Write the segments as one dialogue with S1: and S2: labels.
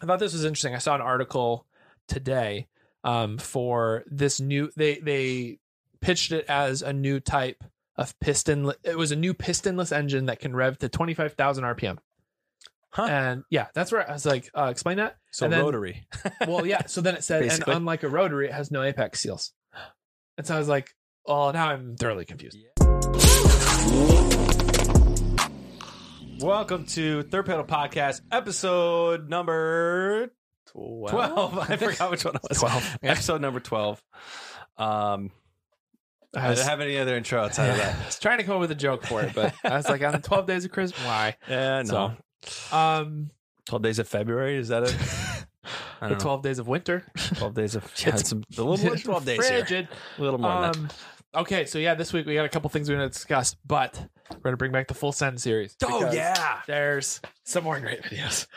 S1: I thought this was interesting. I saw an article today um, for this new. They they pitched it as a new type of piston. It was a new pistonless engine that can rev to twenty five thousand RPM.
S2: Huh.
S1: And yeah, that's where I was like, uh, explain that.
S2: So
S1: And then-
S2: rotary.
S1: Well, yeah. So then it said, and
S2: Basically.
S1: unlike a rotary, it has no apex seals. And so I was like, oh, now I'm thoroughly confused.
S2: Welcome to Third Pedal Podcast, episode number 12. I forgot which one it was.
S1: 12.
S2: Episode number 12. Um, I
S1: I
S2: don't
S1: was,
S2: have any other intro outside of that.
S1: I was trying to come up with a joke for it, but I was like, on 12 days of Christmas, why?
S2: Yeah,
S1: no. Um,
S2: 12 days of February, is that it?
S1: the
S2: I don't know.
S1: 12 days of winter.
S2: 12 days of yeah, it's, a little more than 12 days here.
S1: Frigid.
S2: A little more than that.
S1: Um, okay, so yeah, this week we got a couple things we're going to discuss, but we're going to bring back the full sentence series.
S2: Oh
S1: because
S2: yeah.
S1: There's some more great videos.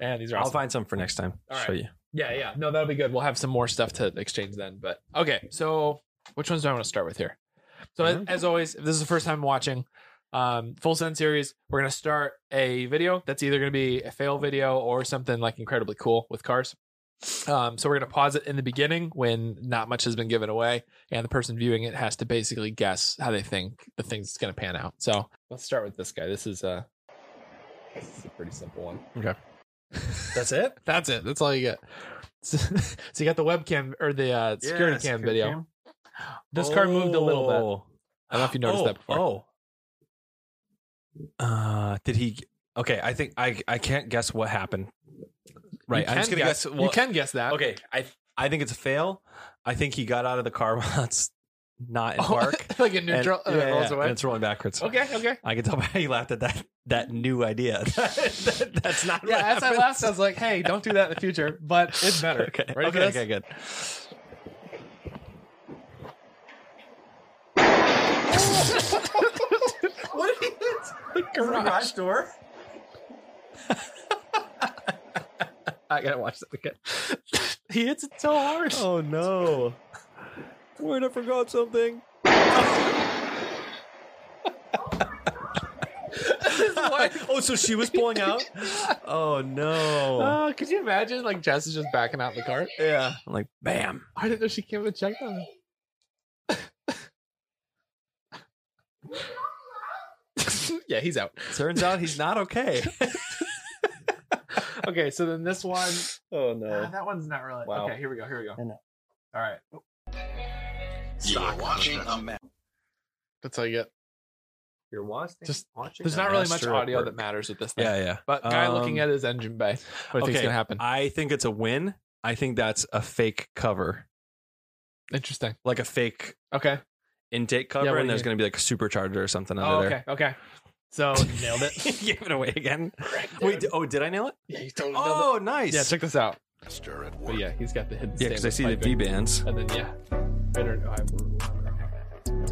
S1: And these are
S2: I'll
S1: awesome.
S2: find some for next time.
S1: All right.
S2: Show you.
S1: Yeah, yeah. No, that'll be good. We'll have some more stuff to exchange then. But okay, so which ones do I want to start with here? So as-
S2: Mhm.
S1: as always, if this is the first time watching um, Full Send series, we're gonna start a video that's either gonna be a fail video or something like incredibly cool with cars. Um, so we're gonna pause it in the beginning when not much has been given away, and the person viewing it has to basically guess how they think the thing's gonna pan out. So let's start with this guy. This is a this is a pretty simple one.
S2: That's it?
S1: That's it. That's all you get. So, so you got the webcam or the uh, security cam video. This car moved a little bit. I don't know if you noticed
S2: Oh,
S1: that before.
S2: Oh. Uh, did he? Okay, I think I I can't guess what happened. Right,
S1: You
S2: I'm just
S1: can
S2: gonna guess. well,
S1: you can guess that.
S2: Okay, I I think it's a fail. I think he got out of the car while it's not in
S1: Oh,
S2: park.
S1: like a
S2: and-
S1: neutral.
S2: yeah,
S1: uh, rolls
S2: yeah,
S1: away.
S2: and it's rolling backwards.
S1: Okay. Okay.
S2: I can tell by how you laughed at that that new idea. That- that's not.
S1: Yeah,
S2: what
S1: as I
S2: happened.
S1: laughed, I was like, "Hey, don't do that in the future." But it's better.
S2: Okay.
S1: Ready for
S2: okay.
S1: this?
S2: Okay. Good.
S1: what did he do? The garage.
S2: Garage door.
S1: I gotta watch that again. he hits it so hard.
S2: Oh no. Wait, I forgot something. oh, so she was pulling out? Oh no.
S1: Uh, could you imagine? Like Jess is just backing out the cart.
S2: Yeah. I'm like, bam.
S1: I didn't know she came and checked on me. yeah, he's out.
S2: Turns out he's not okay.
S1: Okay, so then this one,
S2: Oh
S1: ah, that onene's not really.
S2: Wow.
S1: Okay, here we go. Here we go.
S2: I know.
S1: All right,
S3: You are watching a ma-
S1: that's all you get.
S2: You're watching.
S1: Just-
S2: watching.
S1: There's not really much audio that matters with this thing.
S2: Yeah, yeah.
S1: But guy looking
S2: Um,
S1: at his engine bay, what do you think's
S2: okay.
S1: gonna happen?
S2: I think it's a win. I think that's a fake cover.
S1: Interesting.
S2: Like a fake
S1: Okay.
S2: intake
S1: what
S2: cover,
S1: do
S2: and there's
S1: you-
S2: gonna be like a supercharger or something under
S1: Oh,
S2: there.
S1: okay. Okay. So nailed it.
S2: Gave it away again.
S1: Correct,
S2: Wait,
S1: dude.
S2: oh, did I nail it?
S1: yeah, you totally nailed
S2: Oh, nice.
S1: it. Yeah, check this out.
S3: Master at
S1: But
S3: work.
S1: yeah, he's got the hidden.
S2: Yeah, because I see the V
S1: V
S2: bands.
S1: And then yeah, better. Oh, I-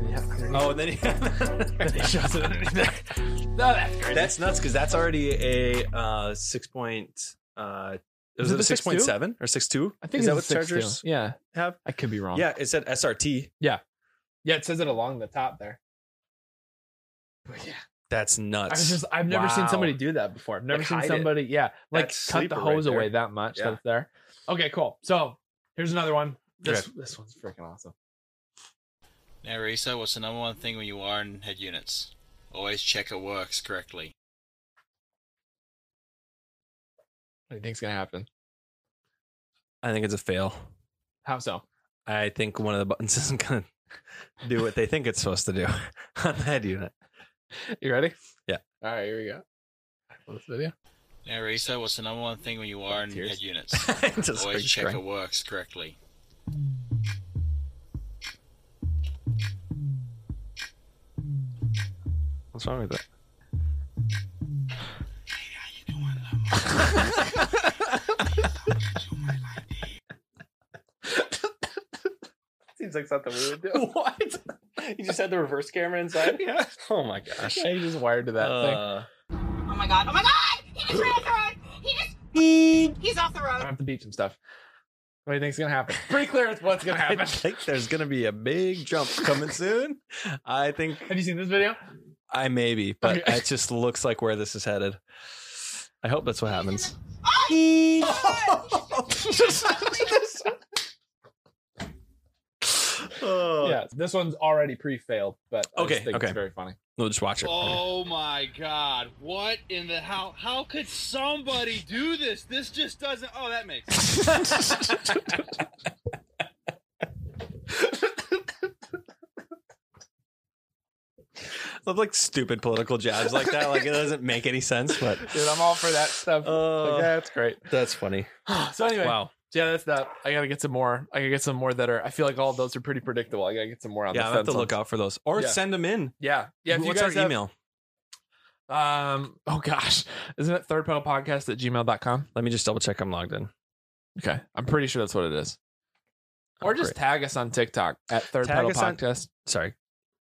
S1: yeah.
S2: Oh, and then
S1: And he shoves it underneath there. No, that's crazy.
S2: that's nuts because that's already a uh, six point. Uh,
S1: Is
S2: was
S1: it
S2: it,
S1: the
S2: a six point seven or six two?
S1: I think it's
S2: is that
S1: a
S2: what
S1: six
S2: Chargers
S1: two. Yeah,
S2: have?
S1: I could be wrong.
S2: Yeah, it said SRT.
S1: yeah, it says it along the top there. But yeah,
S2: That's
S1: I
S2: nuts.
S1: was just I've never seen
S2: wow.
S1: somebody do that before. I've never
S2: Like,
S1: seen
S2: hide it.
S1: somebody. Yeah, like
S2: That's
S1: cut the
S2: sleeper right
S1: hose away
S2: there.
S1: that much.
S2: Yeah.
S1: That's there. Okay, cool. So here's another one. This this one's freaking awesome.
S4: Narisa, what's the number one thing when you are in head units? Always check it works correctly.
S1: What do you think's gonna happen?
S2: I think it's a fail.
S1: How so?
S2: I think one of the buttons isn't gonna do what they think it's supposed to do on the head unit.
S1: You ready?
S2: Yeah.
S1: All right, here we go. Well, This video.
S4: Narisa, what's the number one thing when you are in
S1: Tears.
S4: head units?
S2: Just
S4: Always
S2: big
S4: check
S2: screen.
S4: it works correctly.
S2: What's wrong with it?
S1: Seems like something we would do. what?
S2: You just had the reverse camera inside.
S1: Yeah.
S2: Oh my gosh.
S1: Yeah, you just wired to that thing.
S2: Uh,
S5: Oh my god, oh my god! He just ran off the road! He just.
S2: Uh,
S5: He's off the
S1: I
S5: road!
S1: have to beat some stuff. What do you think's gonna happen? Pretty clear it's what's gonna
S2: I
S1: happen.
S2: think there's gonna be a big jump coming soon. I think
S1: Have you seen this video?
S2: I maybe, but
S1: Okay.
S2: it just looks like where this is headed. I hope that's what happens. Oh.
S1: yeah, this one's already pre-failed, but I just
S2: Okay,
S1: think
S2: okay.
S1: it's very funny.
S2: We'll just watch it.
S4: Oh my god. What in the how how could somebody do this? This just doesn't Oh, that makes sense.
S2: Love like stupid political jabs like that. Like it doesn't make any sense, but
S1: Dude, I'm all for that stuff.
S2: Uh,
S1: like, yeah, that's great.
S2: that's funny.
S1: So anyway,
S2: Wow.
S1: so yeah, that's that. I gotta get some more. I gotta get some more that are. I feel like all of those are pretty predictable. I gotta get some more on
S2: Yeah,
S1: the
S2: I'll
S1: fence.
S2: have to
S1: on-
S2: look out for those or
S1: Yeah.
S2: send them in.
S1: Yeah, yeah. If you
S2: What's
S1: guys
S2: our
S1: have-
S2: email?
S1: Um. Oh gosh, isn't it third pedal podcast at gmail.com?
S2: Let me just double check I'm logged in.
S1: Okay, I'm pretty sure that's what it is.
S2: Oh,
S1: Or just
S2: great.
S1: tag us on TikTok at third
S2: Tag
S1: pedal
S2: us on-
S1: podcast.
S2: Sorry.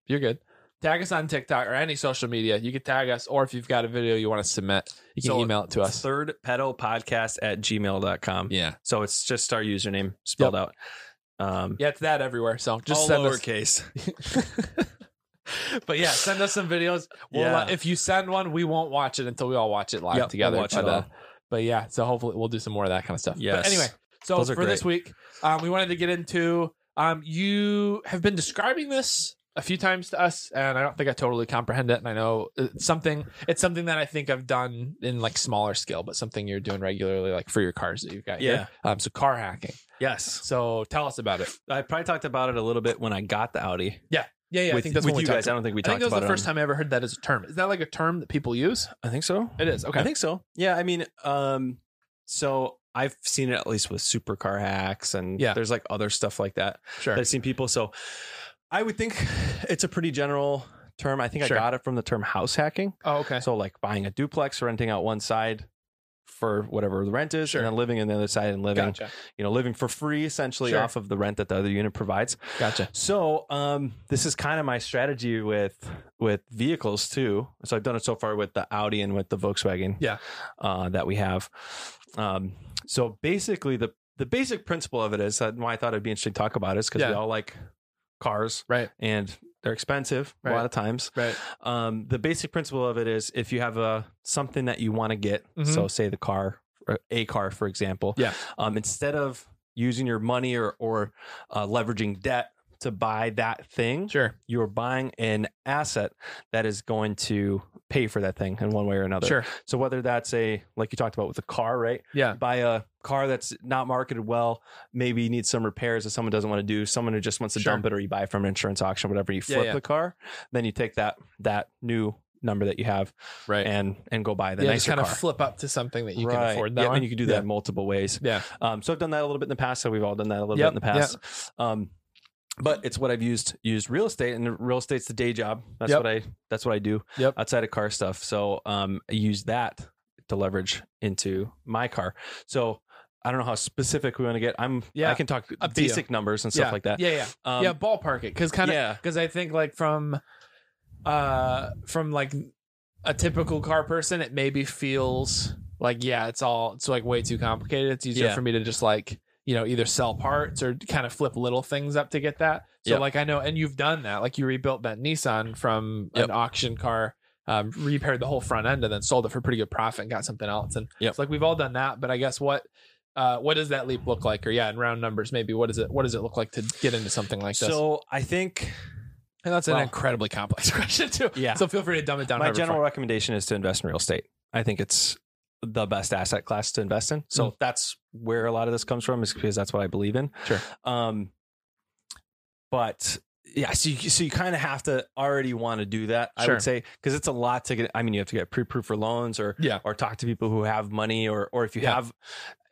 S1: You're good. Tag us on TikTok or any social media. You can tag us, or if you've got a video you want to submit, you can
S2: So,
S1: email it to us.
S2: Third pedal podcast at gmail.com.
S1: yeah,
S2: So it's just our username spelled out. Um
S1: yeah, it's that everywhere. So just
S2: just
S1: send us.
S2: lowercase.
S1: but yeah, send us some videos. We'll
S2: Yeah.
S1: let- if you send one, we won't watch it until we all watch it live
S2: Yep, we'll
S1: together.
S2: watch
S1: but,
S2: it all.
S1: uh, but yeah, so hopefully we'll do some more of that kind of stuff.
S2: Yes.
S1: But anyway, so
S2: Those
S1: for
S2: are
S1: this week, um, we wanted to get into um, you have been describing this a few times to us, and I don't think I totally comprehend it. And I know it's something it's something that I think I've done in like smaller scale, but something you're doing regularly, like for your cars that you've got. here. Um, so car hacking.
S2: Yes.
S1: So tell us about it.
S2: I probably talked about it a little bit when I got the Audi.
S1: Yeah, yeah.
S2: with
S1: I think that's
S2: with
S1: when we
S2: you
S1: talked
S2: guys. I
S1: about
S2: don't think we
S1: it. I think
S2: talked
S1: that was
S2: about
S1: the
S2: it.
S1: first time I ever heard that as a term. Is that like a term that people use?
S2: I think so.
S1: It is. Okay.
S2: I think so. Yeah, I mean, um, so I've seen it at least with supercar hacks and
S1: Yeah.
S2: there's like other stuff like that
S1: sure.
S2: that I've seen people. So I would think it's a pretty general term. I think
S1: Sure.
S2: I got it from the term house hacking.
S1: Oh, okay.
S2: So like buying a duplex, renting out one side for whatever the rent is,
S1: Sure.
S2: and then living in the other side and living,
S1: Gotcha.
S2: you know, living for free essentially
S1: Sure.
S2: off of the rent that the other unit provides.
S1: Gotcha.
S2: So um, this is kind of my strategy with with vehicles too. So I've done it so far with the Audi and with the Volkswagen,
S1: Yeah.
S2: uh, that we have. Um, so basically, the the basic principle of it is that why I thought it'd be interesting to talk about is because we
S1: Yeah.
S2: all like cars,
S1: Right.
S2: And they're expensive a
S1: Right.
S2: lot of times.
S1: Right.
S2: Um, the basic principle of it is if you have a something that you want to get,
S1: Mhm.
S2: so say the car, or a car, for example,
S1: Yeah.
S2: Um, instead of using your money or or uh, leveraging debt to buy that thing,
S1: Sure.
S2: you're buying an asset that is going to pay for that thing in one way or another.
S1: Sure.
S2: So whether that's a like you talked about with a car, right?
S1: Yeah.
S2: Buy a car that's not marketed well, maybe needs some repairs that someone doesn't want to do, someone who just wants to
S1: Sure.
S2: dump it or you buy it from an insurance auction, whatever, you
S1: Yeah,
S2: flip
S1: yeah.
S2: the car, then you take that that new number that you have
S1: Right.
S2: and and go buy the
S1: yeah, just
S2: nicer
S1: kind
S2: car.
S1: of flip up to something that you can
S2: Right.
S1: afford. That
S2: yeah,
S1: one.
S2: and you can do that multiple ways.
S1: Yeah.
S2: Um, so I've done that a little bit in the past. So we've all done that a little
S1: Yep,
S2: bit in the past. Um, but it's what I've used used real estate, and real estate's the day job. That's
S1: Yep.
S2: what I that's what I do
S1: Yep.
S2: outside of car stuff. So um, I use that to leverage into my car. So I don't know how specific we want to get. I'm yeah.
S1: Yeah.
S2: I can talk
S1: Up to you.
S2: basic numbers and stuff
S1: yeah.
S2: like that.
S1: Yeah. Yeah.
S2: Um,
S1: yeah. Ballpark it, because kind of
S2: yeah.
S1: because I think like from, uh, from like a typical car person, it maybe feels like yeah, it's all it's like way too complicated. It's easier
S2: Yeah.
S1: for me to just like you know either sell parts or kind of flip little things up to get that. So
S2: Yep.
S1: like I know, and you've done that. Like you rebuilt that Nissan from
S2: Yep.
S1: an auction car. Um, repaired the whole front end and then sold it for pretty good profit and got something else. And
S2: Yep.
S1: it's like we've all done that, but I guess what uh, what does that leap look like? Or yeah, in round numbers, maybe what does it what does it look like to get into something like this?
S2: So I think
S1: And that's
S2: Well-
S1: an incredibly complex question too.
S2: Yeah.
S1: So feel free to dumb it down.
S2: my
S1: however
S2: general
S1: far-
S2: recommendation is to invest in real estate. I think it's the best asset class to invest in.
S1: Mm.
S2: So that's where a lot of this comes from, is because that's what I believe in.
S1: Sure.
S2: Um, but yeah, so you, so you kind of have to already want to do that. I
S1: Sure.
S2: would say because it's a lot to get. I mean, you have to get pre-approved for loans or
S1: Yeah.
S2: or talk to people who have money or or if you
S1: Yeah.
S2: have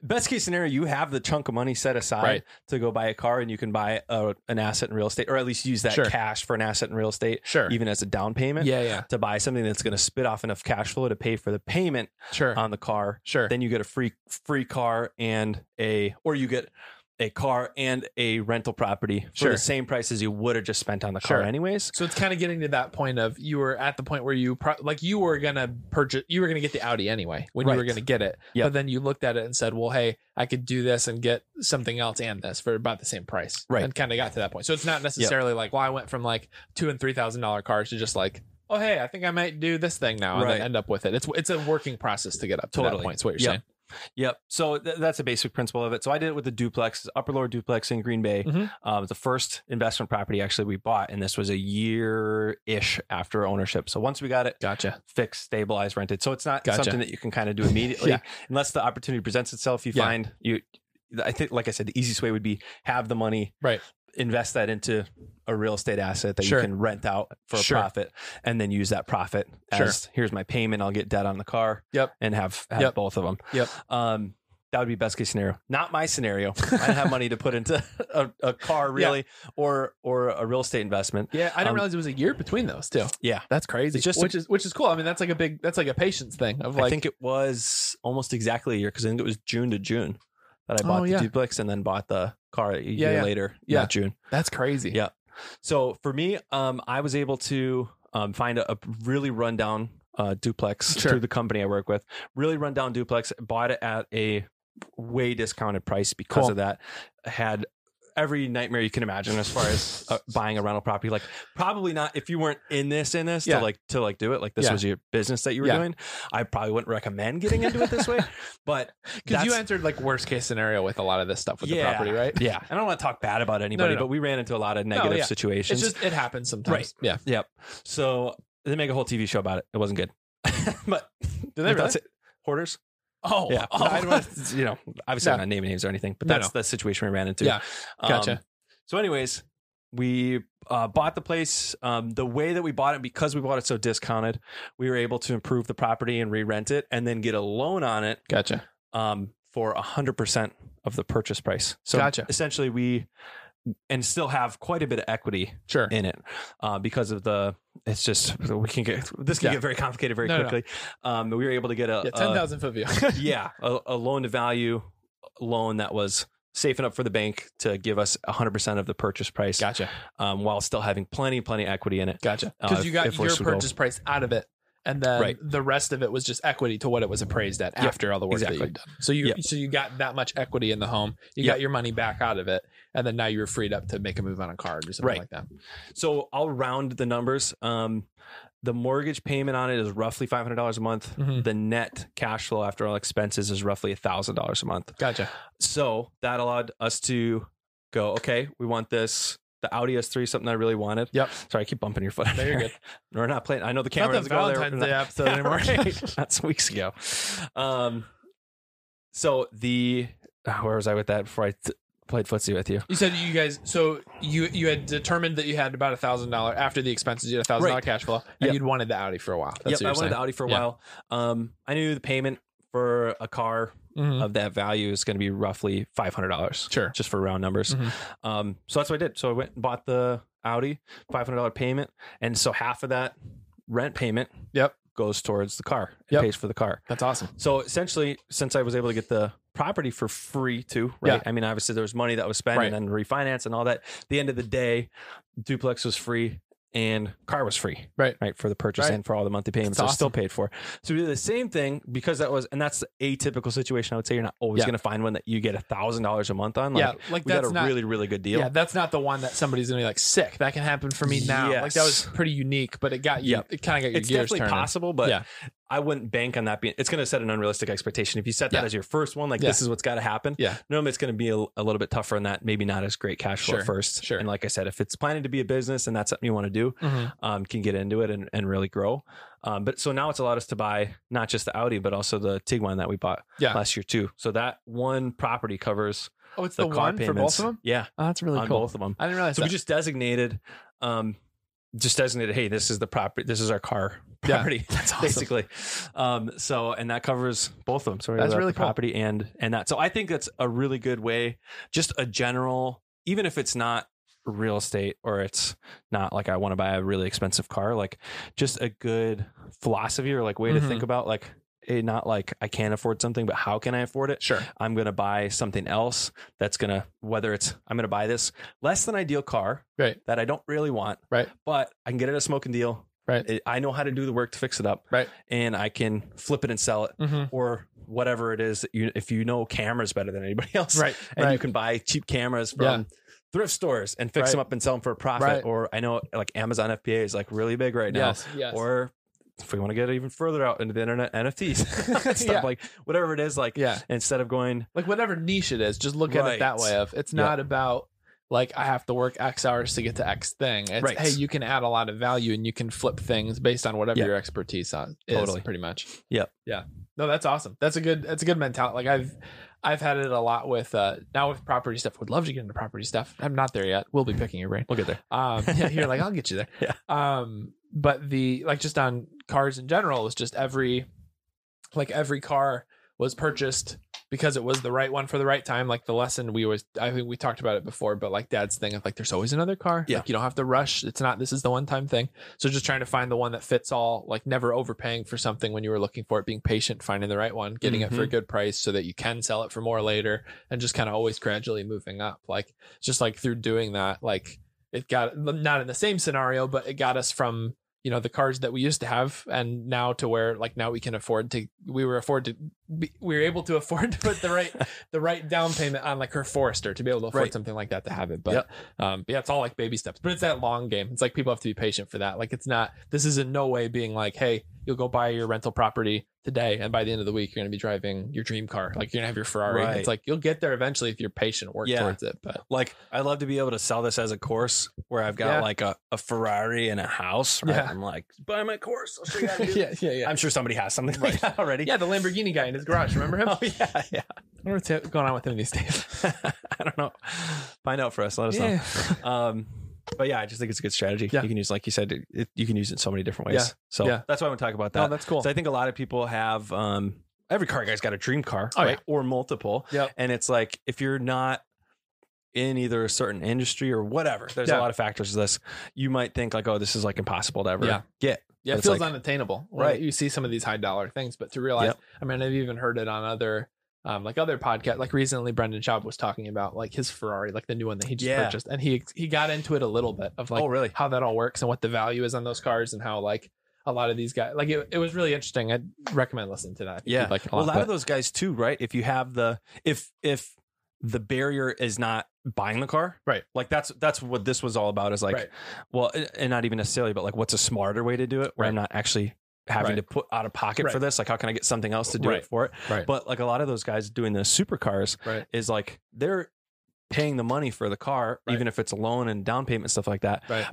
S2: best case scenario, you have the chunk of money set aside
S1: Right.
S2: to go buy a car and you can buy a, an asset in real estate or at least use that
S1: Sure.
S2: cash for an asset in real estate,
S1: Sure.
S2: even as a down payment
S1: yeah. Yeah.
S2: to buy something that's going to spit off enough cash flow to pay for the payment
S1: Sure.
S2: on the car.
S1: sure.
S2: Um, Then you get a free free car and a or you get a car and a rental property for
S1: Sure.
S2: the same price as you would have just spent on the car
S1: Sure.
S2: anyways.
S1: so it's kind of getting to that point of you were at the point where you pro- like you were gonna purchase you were gonna get the Audi anyway when you were
S2: Right.
S1: gonna get it
S2: Yep.
S1: but then you looked at it and said well hey I could do this and get something else and this for about the same price
S2: Right.
S1: and kind of got to that point so it's not necessarily like well I went from like two and three thousand dollar cars to just like oh hey I think I might do this thing now and
S2: Right.
S1: then end up with it it's it's a working process to get up to
S2: Totally.
S1: that point is what you're
S2: Yep.
S1: saying
S2: Yep. So th- that's the basic principle of it. So I did it with the duplex, upper lower duplex in Green Bay.
S1: Mhm.
S2: Um, the first investment property actually we bought, and this was a year ish after ownership. So once we got it
S1: Gotcha.
S2: fixed, stabilized, rented, so it's not
S1: Gotcha.
S2: something that you can kind of do immediately
S1: Yeah.
S2: unless the opportunity presents itself. You
S1: Yeah.
S2: find you. I think, like I said, the easiest way would be have the money,
S1: Right.
S2: Invest that into a real estate asset that
S1: Sure.
S2: you can rent out for a
S1: Sure.
S2: profit, and then use that profit
S1: Sure.
S2: as here's my payment. I'll get debt on the car.
S1: Yep.
S2: and have, have
S1: Yep.
S2: both of them.
S1: Yep.
S2: Um, that would be best case scenario. Not my scenario. I don't have money to put into a, a car really, or or a real estate investment.
S1: Yeah, I didn't
S2: Um,
S1: realize it was a year between those two.
S2: Yeah.
S1: That's crazy.
S2: It's just-
S1: which is which is cool. I mean, that's like a big that's like a patience thing of like
S2: I think it was almost exactly a year because I think it was June to June that I
S1: Oh,
S2: bought the
S1: yeah.
S2: duplex and then bought the car a year
S1: yeah.
S2: later.
S1: Yeah.
S2: not June.
S1: that's crazy.
S2: Yeah. So for me, um, I was able to um, find a, a really rundown uh, duplex
S1: Sure.
S2: through the company I work with. Really rundown duplex. Bought it at a way discounted price because
S1: Cool.
S2: of that. Had every nightmare you can imagine as far as uh, buying a rental property. Like probably not if you weren't in this in this
S1: Yeah.
S2: to like to like do it. Like this
S1: Yeah.
S2: was your business that you were
S1: Yeah.
S2: doing. I probably wouldn't recommend getting into it this way. But
S1: Because you
S2: that's-
S1: answered like worst case scenario with a lot of this stuff with the
S2: Yeah.
S1: property, right?
S2: yeah, I don't want to talk bad about anybody,
S1: no.
S2: but we ran into a lot of negative
S1: yeah.
S2: situations.
S1: It's just it happens sometimes.
S2: Right.
S1: Yeah.
S2: Yep. So they make a whole TV show about it. It wasn't good. but
S1: Do they really?
S2: it. Hoarders.
S1: Oh,
S2: Yeah.
S1: oh.
S2: I don't want to, you know, obviously
S1: No.
S2: I'm not naming names or anything, but
S1: No,
S2: that's the situation we ran into.
S1: Yeah.
S2: Um,
S1: Gotcha.
S2: so, anyways, we uh, bought the place. Um, the way that we bought it, because we bought it so discounted, we were able to improve the property and re rent it and then get a loan on it
S1: gotcha.
S2: um, for 100% of the purchase price. So,
S1: Gotcha.
S2: essentially, we and still have quite a bit of equity
S1: Sure.
S2: in it uh, because of the it's just we can get this can
S1: Yeah.
S2: get very complicated very
S1: No, no, no.
S2: quickly um we were able to get a
S1: yeah, ten thousand foot view.
S2: a- yeah a, a loan to value loan that was safe enough for the bank to give us 100% of the purchase price
S1: gotcha.
S2: um, while still having plenty plenty equity in it
S1: Gotcha.
S2: Uh,
S1: Because
S2: if-
S1: you got
S2: if
S1: your
S2: worse would go.
S1: purchase price out of it, and then
S2: Right.
S1: the rest of it was just equity to what it was appraised at
S2: Yep.
S1: after all the work that
S2: Exactly.
S1: you've done. So you
S2: Yep.
S1: so you got that much equity in the home. You
S2: Yep.
S1: got your money back out of it, and then now you're freed up to make a move on a car or something
S2: Right.
S1: like that.
S2: so i'll round the numbers um the mortgage payment on it is roughly $500 a month
S1: Mhm.
S2: the net cash flow after all expenses is roughly $1000 a month
S1: Gotcha.
S2: so that allowed us to go okay we want this the audi s3 something i really wanted
S1: Yep.
S2: sorry i keep bumping your foot
S1: No, you're good.
S2: we're not playing i know the
S1: Not
S2: camera
S1: the
S2: doesn't go there
S1: Valentine's Day episode anymore.
S2: Right. that's weeks ago um so the ah, where was i with that before i t- played footsie with you
S1: You said you guys. So you you had determined that you had about a thousand dollar after the expenses. You had a thousand dollar
S2: Right.
S1: cash flow, and
S2: Yep.
S1: you'd wanted the Audi for a while. That's
S2: yep i
S1: what you're
S2: wanted the audi for a
S1: Yeah.
S2: while um i knew the payment for a car
S1: saying. Mhm.
S2: of that value is going to be roughly five hundred dollars.
S1: Sure.
S2: just for round numbers.
S1: Mhm.
S2: Um, so that's what I did. So I went and bought the Audi, five hundred dollar payment, and so half of that rent payment,
S1: Yep.
S2: goes towards the car. It
S1: Yep.
S2: pays for the car.
S1: That's awesome.
S2: So essentially, since I was able to get the property for free too, right?
S1: Yeah.
S2: I mean, obviously there was money that was spent
S1: Right.
S2: and then refinance and all that. At the end of the day, duplex was free and car was free.
S1: Right.
S2: Right. For the purchase
S1: Right.
S2: and for all the monthly payments.
S1: That's
S2: They're still
S1: awesome.
S2: paid for. So we did the same thing because that was and that's a typical situation I would say you're not always
S1: Yeah.
S2: gonna find one that you get a thousand dollars a month on. Like
S1: yeah, like
S2: we got
S1: that's
S2: a
S1: not
S2: really, really good deal.
S1: yeah, that's not the one that somebody's gonna be like sick. That can happen for me now. Like that was
S2: Yes.
S1: pretty unique, but it got you.
S2: Yep.
S1: It kind of got your
S2: it's
S1: gears
S2: definitely
S1: turning.
S2: possible, but
S1: Yeah.
S2: I wouldn't bank on that being. It's going to set an unrealistic expectation if you set that
S1: Yeah.
S2: as your first one. Like
S1: Yeah.
S2: this is what's got to happen.
S1: Yeah.
S2: normally it's going to be a, a little bit tougher on that. Maybe not as great cash flow
S1: Sure.
S2: first.
S1: Sure.
S2: And like I said, if it's planning to be a business and that's something you want to do,
S1: Mhm.
S2: um, can get into it and, and really grow. Um, but so now it's allowed us to buy not just the Audi, but also the Tiguan that we bought
S1: Yeah.
S2: last year too. So that one property covers
S1: Oh, it's
S2: the,
S1: the,
S2: car
S1: one for
S2: payments.
S1: both of them.
S2: Yeah,
S1: Oh, that's really
S2: on
S1: cool.
S2: both of them.
S1: I didn't realize
S2: So
S1: that.
S2: we just designated, um, just designated. Hey, this is the property. This is our car
S1: Yeah.
S2: property,
S1: that's awesome.
S2: basically. Um, so and that covers both of them. So we're
S1: That's
S2: able to have
S1: really
S2: the
S1: cool.
S2: property and and that. So I think that's a really good way. Just a general, even if it's not real estate or it's not like I want to buy a really expensive car, like just a good philosophy or like way
S1: Mhm.
S2: to think about like. eh, not like I can't afford something, but how can I afford it?
S1: Sure.
S2: I'm going to buy something else that's going to, whether it's, I'm going to buy this less than ideal car
S1: Right.
S2: that I don't really want,
S1: Right.
S2: But I can get it at a smoking deal.
S1: Right.
S2: I- I know how to do the work to fix it up.
S1: Right.
S2: And I can flip it and sell it
S1: Mhm.
S2: or whatever it is that you, if you know cameras better than anybody else.
S1: Right.
S2: And
S1: right.
S2: you can buy cheap cameras from
S1: Yeah.
S2: thrift stores and fix
S1: Right.
S2: them up and sell them for a profit.
S1: Right.
S2: Or I know like Amazon FBA is like really big right now
S1: Yes. Yes.
S2: or if we want to get even further out into the internet, NFTs, stuff
S1: Yeah.
S2: like whatever it is, like
S1: Yeah.
S2: instead of going,
S1: Like whatever niche it is, just look at it that
S2: Right.
S1: way. Of it's
S2: Yeah.
S1: not about like I have to work X hours to get to X thing. It's
S2: Right.
S1: hey, you can add a lot of value and you can flip things based on whatever
S2: Yeah.
S1: your expertise on is,
S2: Totally.
S1: pretty much.
S2: Yep.
S1: Yeah. No, that's awesome. That's a good that's a good mentality. Like I've I've had it a lot with uh now with property stuff. Would love to get into property stuff. I'm not there yet. We'll be picking your brain.
S2: we'll get there.
S1: Um, yeah, you're like, I'll get you there.
S2: Yeah.
S1: Um, but the like just on cars in general was just every like every car was purchased because it was the right one for the right time. Like the lesson we was I think we talked about it before, but like dad's thing of like there's always another car.
S2: Yeah.
S1: Like you don't have to rush. It's not this is the one time thing. So just trying to find the one that fits all, like never overpaying for something when you were looking for it, being patient, finding the right one, getting it for a
S2: Mm-hmm.
S1: good price so that you can sell it for more later, and just kind of always gradually moving up. Like just like through doing that, like it got not in the same scenario, but it got us from you know the cars that we used to have and now to where like now we can afford to we were afford to be, we were able to afford to put the right the right down payment on like her Forester to be able to afford
S2: Right.
S1: something like that to have it but
S2: Yep.
S1: um yeah it's all like baby steps but it's that long game it's like people have to be patient for that like it's not this is in no way being like hey you'll go buy your rental property today and by the end of the week you're going to be driving your dream car like you're going to have your Ferrari
S2: Right.
S1: it's like you'll get there eventually if you're patient work
S2: Yeah.
S1: towards it but
S2: Like I love to be able to sell this as a course where I've got
S1: Yeah.
S2: like a, a Ferrari and a house. Right?
S1: Yeah.
S2: I'm like, buy my course. I'll show you how to do
S1: yeah yeah yeah
S2: I'm sure somebody has something like that already.
S1: yeah the Lamborghini guy in his garage remember him
S2: Oh yeah, yeah.
S1: I wonder what's going on with him these days.
S2: I don't know. Find out for us. Let us know. Um, but yeah, I just think it's a good strategy.
S1: Yeah.
S2: You can use, like you said, it, you can use it in so many different ways.
S1: Yeah.
S2: So
S1: Yeah.
S2: that's why I want to talk about that.
S1: No, that's cool.
S2: So I think a lot of people have um, every car guy's got a dream car,
S1: Oh,
S2: right? Or multiple.
S1: Yep.
S2: And it's like if you're not in either a certain industry or whatever, there's
S1: Yeah.
S2: a lot of factors to this. You might think like, oh, this is like impossible to ever
S1: Yeah.
S2: get.
S1: Yeah, it
S2: It's
S1: feels
S2: like-
S1: unattainable.
S2: Right.
S1: Right. You see some of these high dollar things, but to realize,
S2: Yep.
S1: I mean, I've even heard it on other, um, like other podcast. Like recently, Brendan Schaub was talking about like his Ferrari, like the new one that he just
S2: Yeah.
S1: purchased, and he he got into it a little bit of like
S2: oh, really?
S1: how that all works and what the value is on those cars and how like a lot of these guys like it, it was really interesting. I'd recommend listening to that. I think
S2: Yeah.
S1: you'd like it a
S2: well, a lot
S1: but-
S2: of those guys too, right? If you have the if if the barrier is not buying the car,
S1: Right.
S2: Like that's that's what this was all about. Is like,
S1: Right.
S2: well, a- and not even necessarily, but like, what's a smarter way to do it where I'm
S1: Right.
S2: not actually having
S1: Right.
S2: to put out of pocket for
S1: Right.
S2: this? Like, how can I get something else to do
S1: Right.
S2: it for it?
S1: Right.
S2: But like a lot of those guys doing the supercars
S1: Right.
S2: is like they're paying the money for the car,
S1: Right.
S2: even if it's a loan and down payment stuff like that.
S1: Right.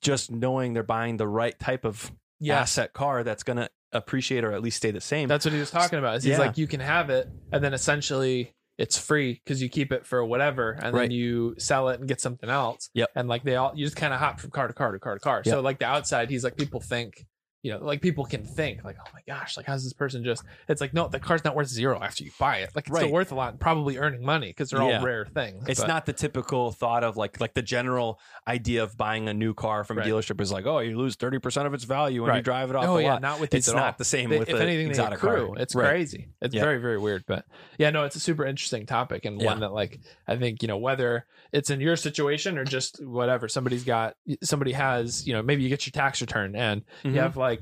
S2: Just knowing they're buying the right type of
S1: yeah,
S2: asset car that's going to appreciate or at least stay the same.
S1: That's what he was talking about. Is he's
S2: Yeah.
S1: like, you can have it, and then essentially it's free because you keep it for whatever, and
S2: Right.
S1: then you sell it and get something else.
S2: Yep.
S1: And like they all, you just kind of hop from car to car to car to car. So like the outside, he's like, people think, you know, like people can think like, oh my gosh, like how's this person just? It's like no, the car's not worth zero after you buy it. Like it's
S2: Right.
S1: still worth a lot, and probably earning money because they're
S2: Yeah.
S1: all rare things.
S2: It's
S1: but-
S2: not the typical thought of like like the general idea of buying a new car from
S1: Right.
S2: a dealership is like, oh, you lose thirty percent of its value when you
S1: Right.
S2: drive it off
S1: Oh
S2: the
S1: yeah,
S2: lot.
S1: not with
S2: it's
S1: these at all.
S2: not the same
S1: They-
S2: with
S1: if
S2: an
S1: anything they
S2: exotic
S1: accrue.
S2: car.
S1: It's
S2: Right.
S1: crazy. It's
S2: Yeah.
S1: very very weird, but yeah, no, it's a super interesting topic and one
S2: Yeah.
S1: that like I think you know whether it's in your situation or just whatever somebody's got somebody has you know maybe you get your tax return and
S2: Mhm.
S1: you have like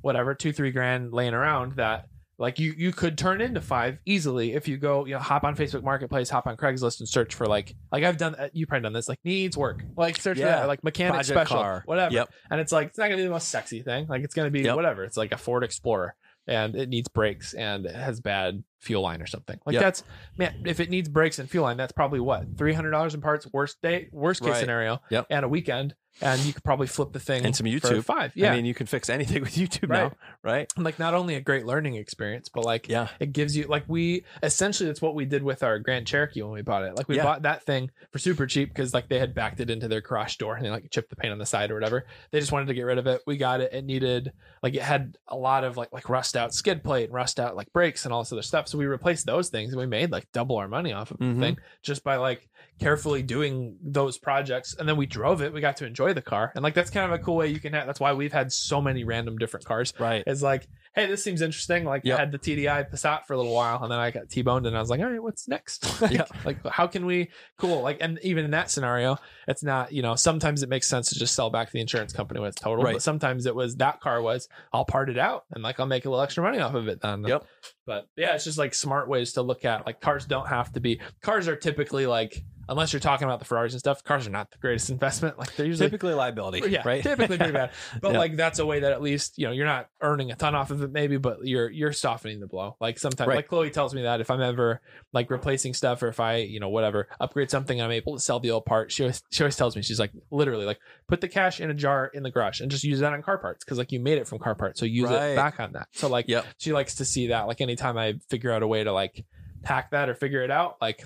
S1: whatever two three grand laying around that like you you could turn into five easily if you go you know hop on facebook marketplace hop on craigslist and search for like like i've done you have probably done this like needs work like search
S2: Yeah.
S1: for that like mechanic
S2: Project
S1: special
S2: car.
S1: whatever
S2: Yep.
S1: and it's like it's not gonna be the most sexy thing like it's gonna be
S2: Yep.
S1: whatever it's like a ford explorer and it needs brakes and it has bad fuel line or something like
S2: Yep.
S1: that's man if it needs brakes and fuel line that's probably what $300 in parts worst day worst case
S2: Right.
S1: scenario
S2: Yep.
S1: and a weekend and you could probably flip the thing
S2: And some
S1: for
S2: YouTube.
S1: five yeah
S2: I mean, you can fix anything with YouTube
S1: Right.
S2: now, right?
S1: and, like not only a great learning experience, but like
S2: Yeah.
S1: it gives you like we essentially that's what we did with our Grand Cherokee when we bought it. Like we
S2: Yeah.
S1: bought that thing for super cheap because like they had backed it into their garage door and they like chipped the paint on the side or whatever. They just wanted to get rid of it. We got it. It needed like it had a lot of like like rust out skid plate and rust out like brakes and all this other stuff. So we replaced those things and we made like double our money off of
S2: Mhm.
S1: the thing just by like carefully doing those projects. And then we drove it. We got to enjoy the car. And like that's kind of a cool way you can have that's why we've had so many random different cars
S2: Right.
S1: is like, hey, this seems interesting. Like
S2: Yep.
S1: I had the TDI Passat for a little while, and then I got T-boned, and I was like, all right, what's next? like,
S2: Yeah.
S1: like, how can we? Cool. Like, and even in that scenario, it's not. You know, sometimes it makes sense to just sell back to the insurance company when it's total.
S2: Right.
S1: But sometimes it was that car was I'll part it out, and like I'll make a little extra money off of it then.
S2: Yep.
S1: But yeah, it's just like smart ways to look at. Like cars don't have to be. Cars are typically like unless you're talking about the Ferraris and stuff, cars are not the greatest investment. Like they're usually
S2: typically liability,
S1: yeah,
S2: right?
S1: typically pretty bad. But
S2: Yeah.
S1: like that's a way that at least you know you're not earning a ton off of it, maybe, but you're you're softening the blow. Like sometimes,
S2: Right.
S1: like Chloe tells me that if I'm ever like replacing stuff or if I you know whatever upgrade something, I'm able to sell the old part. She always she always tells me she's like literally like put the cash in a jar in the garage and just use that on car parts because like you made it from car parts, so use
S2: Right.
S1: it back on that. So like
S2: Yep.
S1: she likes to see that. Like anytime I figure out a way to like hack that or figure it out, like.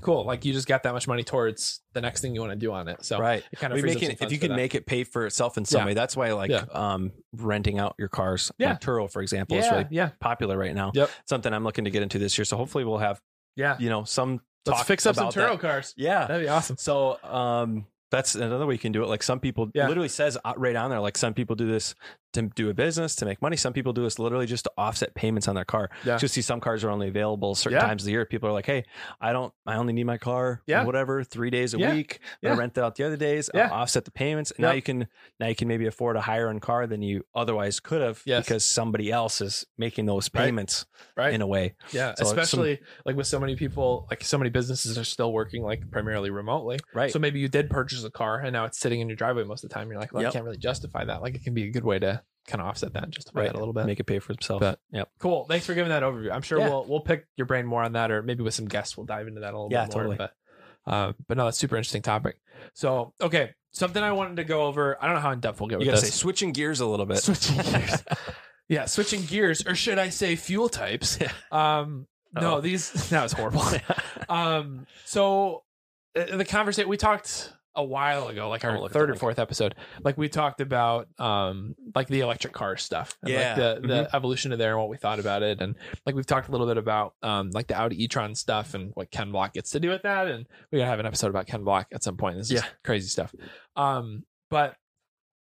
S1: Cool. Like you just got that much money towards the next thing you want to do on it. So
S2: right.
S1: it kind
S2: We make it, if you can make it pay for itself in some
S1: Yeah.
S2: way, that's why like
S1: Yeah.
S2: um renting out your cars.
S1: Yeah.
S2: Like Turo, for example, is
S1: yeah,
S2: really
S1: yeah,
S2: popular right now.
S1: Yep.
S2: Something I'm looking to get into this year. So hopefully we'll have,
S1: yeah.
S2: you know, some
S1: Let's
S2: talk
S1: fix up some
S2: about
S1: Turo
S2: that.
S1: cars.
S2: Yeah.
S1: That'd be awesome.
S2: So um, that's another way you can do it. Like some people
S1: Yeah.
S2: literally says uh, right on there, like some people do this to do a business to make money. Some people do this literally just to offset payments on their car.
S1: Yeah.
S2: So you see some cars are only available certain
S1: Yeah.
S2: times of the year. People are like, hey, I don't, I only need my car,
S1: Yeah.
S2: whatever, three days a
S1: Yeah.
S2: week. I'm gonna
S1: Yeah.
S2: rent that out the other days.
S1: Yeah.
S2: I'll offset the payments. And now
S1: Yep.
S2: you can, now you can maybe afford a higher end car than you otherwise could have
S1: Yes.
S2: because somebody else is making those
S1: Right.
S2: payments
S1: Right.
S2: in a way.
S1: yeah.
S2: so it's some-
S1: Especially like with so many people, like so many businesses are still working like primarily remotely.
S2: Right.
S1: So maybe you did purchase a car and now it's sitting in your driveway most of the time. You're like, well,
S2: Yep.
S1: I can't really justify that. Like it can be a good way to kind of offset that and justify
S2: Right.
S1: that a little bit.
S2: Make it pay for itself.
S1: But-
S2: yep.
S1: cool. Thanks for giving that overview. I'm sure
S2: Yeah.
S1: we'll we'll pick your brain more on that, or maybe with some guests we'll dive into that a little
S2: Yeah,
S1: bit more.
S2: totally.
S1: But um, but no, that's a super interesting topic. So okay, something I wanted to go over. I don't know how in depth we'll get
S2: You
S1: with
S2: gotta say
S1: this.
S2: switching gears a little bit.
S1: switching gears. yeah, switching gears, or should I say fuel types?
S2: Yeah.
S1: Um, no,
S2: Uh-oh.
S1: these that was horrible. um, so uh, the conversation we talked a while ago, like
S2: I'll
S1: our
S2: look at
S1: third
S2: the
S1: or
S2: link.
S1: fourth episode, like we talked about um, like the electric car stuff, and,
S2: Yeah. mm-hmm.
S1: like the the evolution of there and what we thought about it, and like we've talked a little bit about um, like the Audi e-tron stuff and what Ken Block gets to do with that, and we gotta have an episode about Ken Block at some point. This is
S2: Yeah.
S1: crazy stuff. Um, but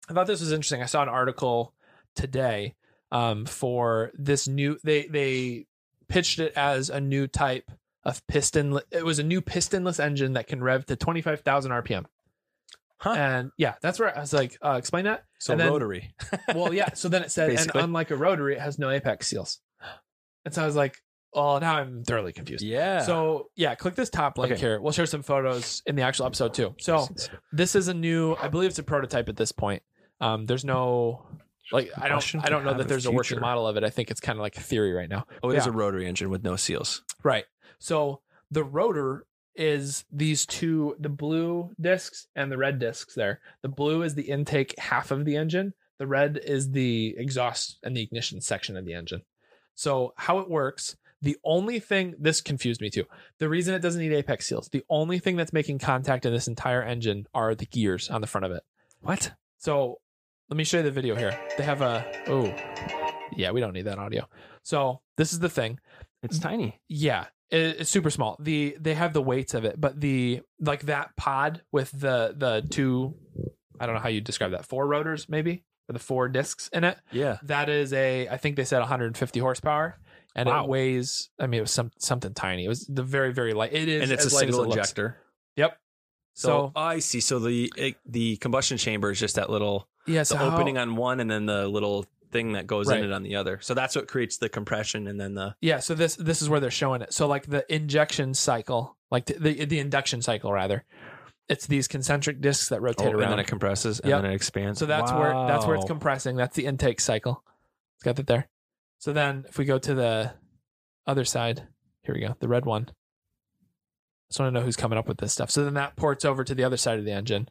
S1: I thought this was interesting. I saw an article today um, for this new. They they pitched it as a new type of piston. It was a new pistonless engine that can rev to twenty five thousand RPM.
S2: Huh.
S1: And yeah, that's where I was like, uh, explain that.
S2: So
S1: And then-
S2: rotary.
S1: Well, yeah. So then it said, and
S2: Basically.
S1: unlike a rotary, it has no apex seals. And so I was like, oh, now I'm thoroughly confused.
S2: Yeah.
S1: So yeah, click this top link
S2: Okay.
S1: here. We'll share some photos in the actual episode too. So this is a new i believe it's a prototype at this point um there's no like i don't
S2: shouldn't
S1: i don't
S2: we
S1: know
S2: have
S1: that
S2: a
S1: there's a
S2: future?
S1: working model of it i think it's kind of like a theory right now
S2: oh, it is
S1: yeah.
S2: a rotary engine with no seals.
S1: right so the rotor is these two the blue discs and the red discs there the blue is the intake half of the engine the red is the exhaust and the ignition section of the engine so how it works the only thing this confused me too the reason it doesn't need apex seals the only thing that's making contact in this entire engine are the gears on the front of it
S2: What?
S1: So let me show you the video here. They have a oh yeah, we don't need that audio. So this is the thing.
S2: It's tiny.
S1: Yeah, it- it's super small. The they have the weights of it, but the like that pod with the the two I don't know how you describe that four rotors maybe or the four discs in it.
S2: Yeah.
S1: That is a I think they said 150 horsepower. And
S2: Wow.
S1: it weighs, I mean, it was some something tiny. It was the very, very light. It is,
S2: And it's a
S1: as light as
S2: single
S1: it looks.
S2: injector.
S1: Yep.
S2: So,
S1: So-
S2: I see. So the it, the combustion chamber is just that little
S1: Yeah,
S2: the
S1: so how-
S2: opening on one and then the little thing that goes
S1: Right.
S2: in it on the other. So that's what creates the compression and then the
S1: Yeah, so this this is where they're showing it. So like the injection cycle, like the the, the induction cycle rather, it's these concentric discs that rotate
S2: Oh, and
S1: around.
S2: then it compresses and
S1: Yep.
S2: then it expands.
S1: so that's where that's where it's
S2: Wow.
S1: compressing. That's the intake cycle. It's got that there. So then if we go to the other side, here we go, the red one. Just want to know who's coming up with this stuff. So then that ports over to the other side of the engine,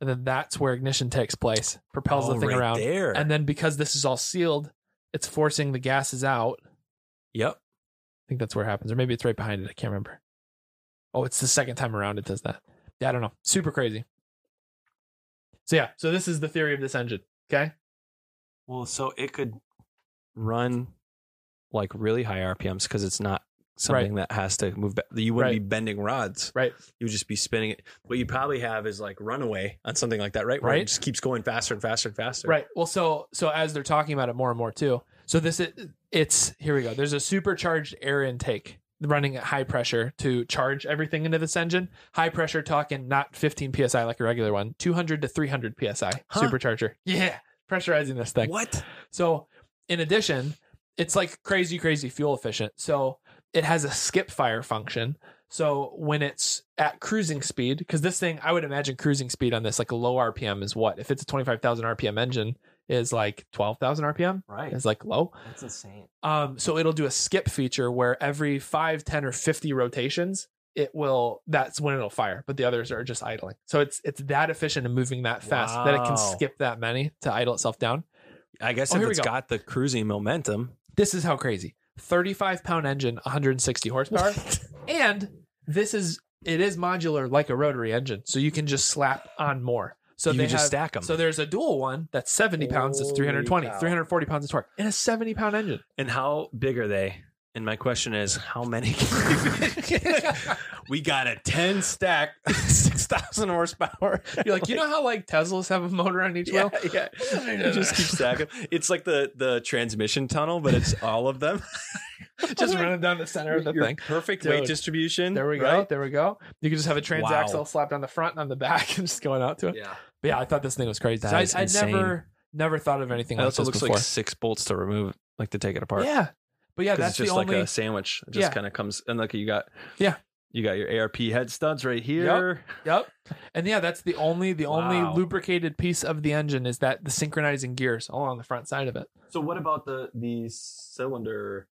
S1: and then that's where ignition takes place, propels
S2: Oh,
S1: the thing
S2: right
S1: around,
S2: there.
S1: and then because this is all sealed, it's forcing the gases out.
S2: yep.
S1: I think that's where it happens, or maybe it's right behind it. I can't remember. Oh, it's the second time around it does that. Yeah, I don't know. Super crazy. So yeah, so this is the theory of this engine. Okay.
S2: Well, so it could run like really high RPMs because it's not something that has to move back. You wouldn't
S1: Right.
S2: be bending rods.
S1: Right.
S2: you would just be spinning it. What you probably have is like runaway on something like that, right? Where
S1: Right.
S2: it just keeps going faster and faster and faster.
S1: Right. Well, so so as they're talking about it more and more too. So this is it's here we go. There's a supercharged air intake running at high pressure to charge everything into this engine. High pressure talking not 15 psi like a regular one, 200 to 300 psi
S2: Huh.
S1: supercharger. Yeah, pressurizing this thing.
S2: What?
S1: So, in addition, it's like crazy, crazy fuel efficient. So, it has a skip fire function. So when it's at cruising speed, because this thing, I would imagine cruising speed on this, like a low RPM is what? If it's a 25,000 RPM engine, is like 12,000 RPM.
S2: Right.
S1: It's like low.
S2: That's insane.
S1: Um, so it'll do a skip feature where every 5, 10, or 50 rotations, it will that's when it'll fire, but the others are just idling. So it's it's that efficient and moving that fast that it
S2: Wow.
S1: can skip that many to idle itself down.
S2: I guess
S1: Oh,
S2: if
S1: here we
S2: it's
S1: go.
S2: got the cruising momentum,
S1: This is how crazy. 35 pound engine, 160 horsepower. and this is it is modular like a rotary engine. So you can just slap on more. So
S2: you
S1: they
S2: can just
S1: have-
S2: stack them.
S1: So there's a dual one that's 70 pounds, that's
S2: Holy
S1: 320,
S2: cow.
S1: 340 pounds of torque, and a 70 pound engine.
S2: and how big are they? And my question is, how many? we got a ten stack, six thousand horsepower.
S1: You're like, you know how like Teslas have a motor on each
S2: Yeah,
S1: wheel?
S2: yeah. You just keep stacking. It's like the the transmission tunnel, but it's all of them.
S1: Just running down the center of the
S2: Your
S1: thing.
S2: Perfect
S1: Dude.
S2: weight distribution.
S1: There we go.
S2: right?
S1: There we go. You could just have a transaxle
S2: Wow.
S1: slapped on the front and on the back and just going out to it.
S2: Yeah.
S1: But yeah, I thought this thing was crazy.
S2: That
S1: So I,
S2: is
S1: I
S2: insane.
S1: never never thought of anything
S2: It
S1: like
S2: also
S1: this
S2: looks
S1: before.
S2: like six bolts to remove, like to take it apart.
S1: Yeah. But yeah,
S2: 'Cause
S1: that's
S2: it's just
S1: the
S2: like
S1: only
S2: a sandwich. It just
S1: Yeah.
S2: kind of comes and look, you got
S1: Yeah.
S2: you got your ARP head studs right here.
S1: Yep. And yeah, that's the only the
S2: Wow.
S1: only lubricated piece of the engine is that the synchronizing gears all on the front side of it.
S2: So what about the the cylinder?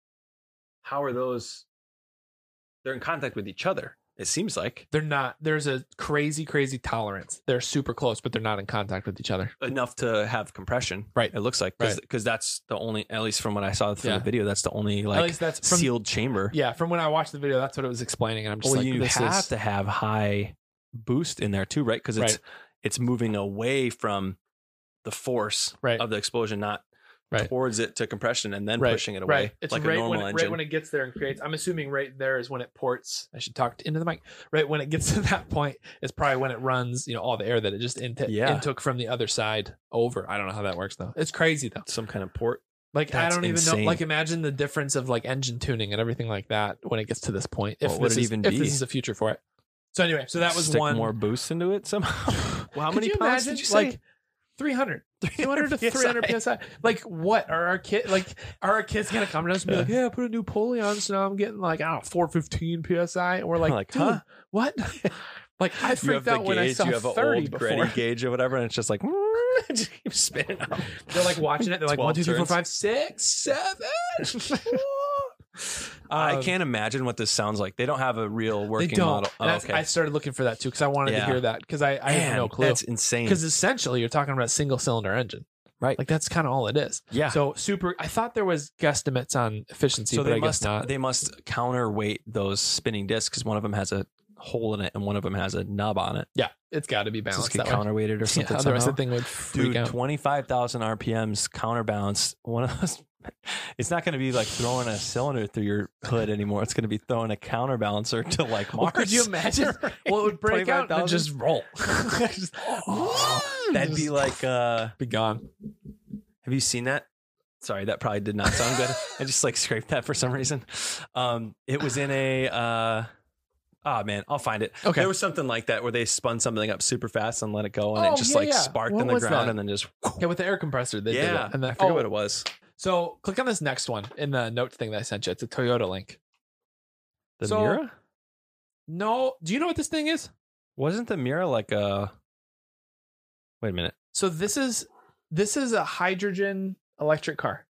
S2: How are those? They're in contact with each other. It seems like
S1: They're not there's a crazy, crazy tolerance. They're super close, but they're not in contact with each other.
S2: enough to have compression.
S1: Right.
S2: It looks like because that's the only, at least from what I saw through
S1: Yeah.
S2: the video, that's the only like
S1: At least that's from
S2: sealed chamber.
S1: Yeah, from when I watched the video, that's what it was explaining. And I'm just
S2: well,
S1: like,
S2: you
S1: this
S2: have
S1: is
S2: to have high boost in there too, right? Because it's
S1: Right.
S2: it's moving away from the force
S1: Right.
S2: of the explosion, not
S1: Right.
S2: towards it to compression and then
S1: Right.
S2: pushing it away
S1: Right. It's
S2: like
S1: right
S2: a normal
S1: when it,
S2: engine.
S1: Right when it gets there and creates. I'm assuming right there is when it ports. I should talk into the mic. Right when it gets to that point is probably when it runs. You know all the air that it just into,
S2: Yeah.
S1: intook from the other side over. I don't know how that works though. It's crazy though.
S2: Some kind of port.
S1: Like
S2: That's
S1: I don't even
S2: insane.
S1: know. Like imagine the difference of like engine tuning and everything like that when it gets to this point. If
S2: What would
S1: this
S2: it
S1: is-
S2: even
S1: if
S2: be?
S1: this is the future for it. So anyway, so that was
S2: Stick
S1: one.
S2: more boost into it somehow. well, how
S1: Could
S2: many
S1: you
S2: pounds
S1: imagine,
S2: did you say?
S1: Like 300. 200 to 300
S2: PSI.
S1: psi. Like, what are our kid? Like, are our kids gonna come to us and be like, "Yeah, I put a new pulley on, so now I'm getting like I don't know, 415 psi," and we're like,
S2: Like,
S1: "Dude,
S2: huh?
S1: what?" like, I
S2: you have
S1: freaked
S2: the
S1: out
S2: gauge,
S1: when I saw
S2: you have an
S1: 30
S2: old
S1: before.
S2: Gretty gauge or whatever, and it's just like it just keeps spinning up.
S1: They're like watching it. They're like,
S2: Twelve
S1: one, two, three, four,
S2: turns.
S1: five, six, seven.
S2: I
S1: Um,
S2: can't imagine what this sounds like. They don't have a real
S1: They
S2: working
S1: don't.
S2: model. Oh,
S1: And that's-
S2: okay,
S1: I started looking for that too because I wanted
S2: Yeah.
S1: to hear that because I, I have
S2: Man,
S1: no clue.
S2: That's insane.
S1: Because essentially, you're talking about a single cylinder engine,
S2: Right.
S1: Like that's kind of all it is.
S2: yeah.
S1: So super. I thought there was guesstimates on efficiency,
S2: So
S1: but
S2: they
S1: I guess
S2: must
S1: not.
S2: they must counterweight those spinning discs because one of them has a hole in it and one of them has a nub on it.
S1: yeah, it's got to be
S2: So
S1: balanced
S2: get
S1: that way.
S2: counterweighted or
S1: Yeah,
S2: something.
S1: otherwise,
S2: somehow.
S1: the thing would freak
S2: Dude,
S1: out.
S2: twenty five thousand RPMs counterbalanced. One of those. It's not going to be like throwing a cylinder through your hood anymore. It's going to be throwing a counterbalancer to like Mars.
S1: Well, could you imagine? well, it would break out and then
S2: 25,000?
S1: just roll. Just- oh,
S2: That'd be
S1: Just
S2: like. uh
S1: be gone.
S2: Have you seen that? Sorry, that probably did not sound good. I just like scraped that for some reason. Um, it was in a uh oh man, I'll find it.
S1: Okay.
S2: There was something like that where they spun something up super fast and let it go and
S1: Oh,
S2: it just
S1: yeah,
S2: like
S1: yeah.
S2: sparked
S1: What
S2: in the
S1: was that?
S2: ground and then just
S1: Yeah, with the air compressor, they did
S2: Yeah.
S1: it. And then,
S2: I forget
S1: oh,
S2: what it was.
S1: So click on this next one in the notes thing that I sent you. It's a Toyota link.
S2: The
S1: So-
S2: Mira?
S1: No, do you know what this thing is?
S2: Wasn't the Mira like a Wait a minute.
S1: So this is this is a hydrogen electric car.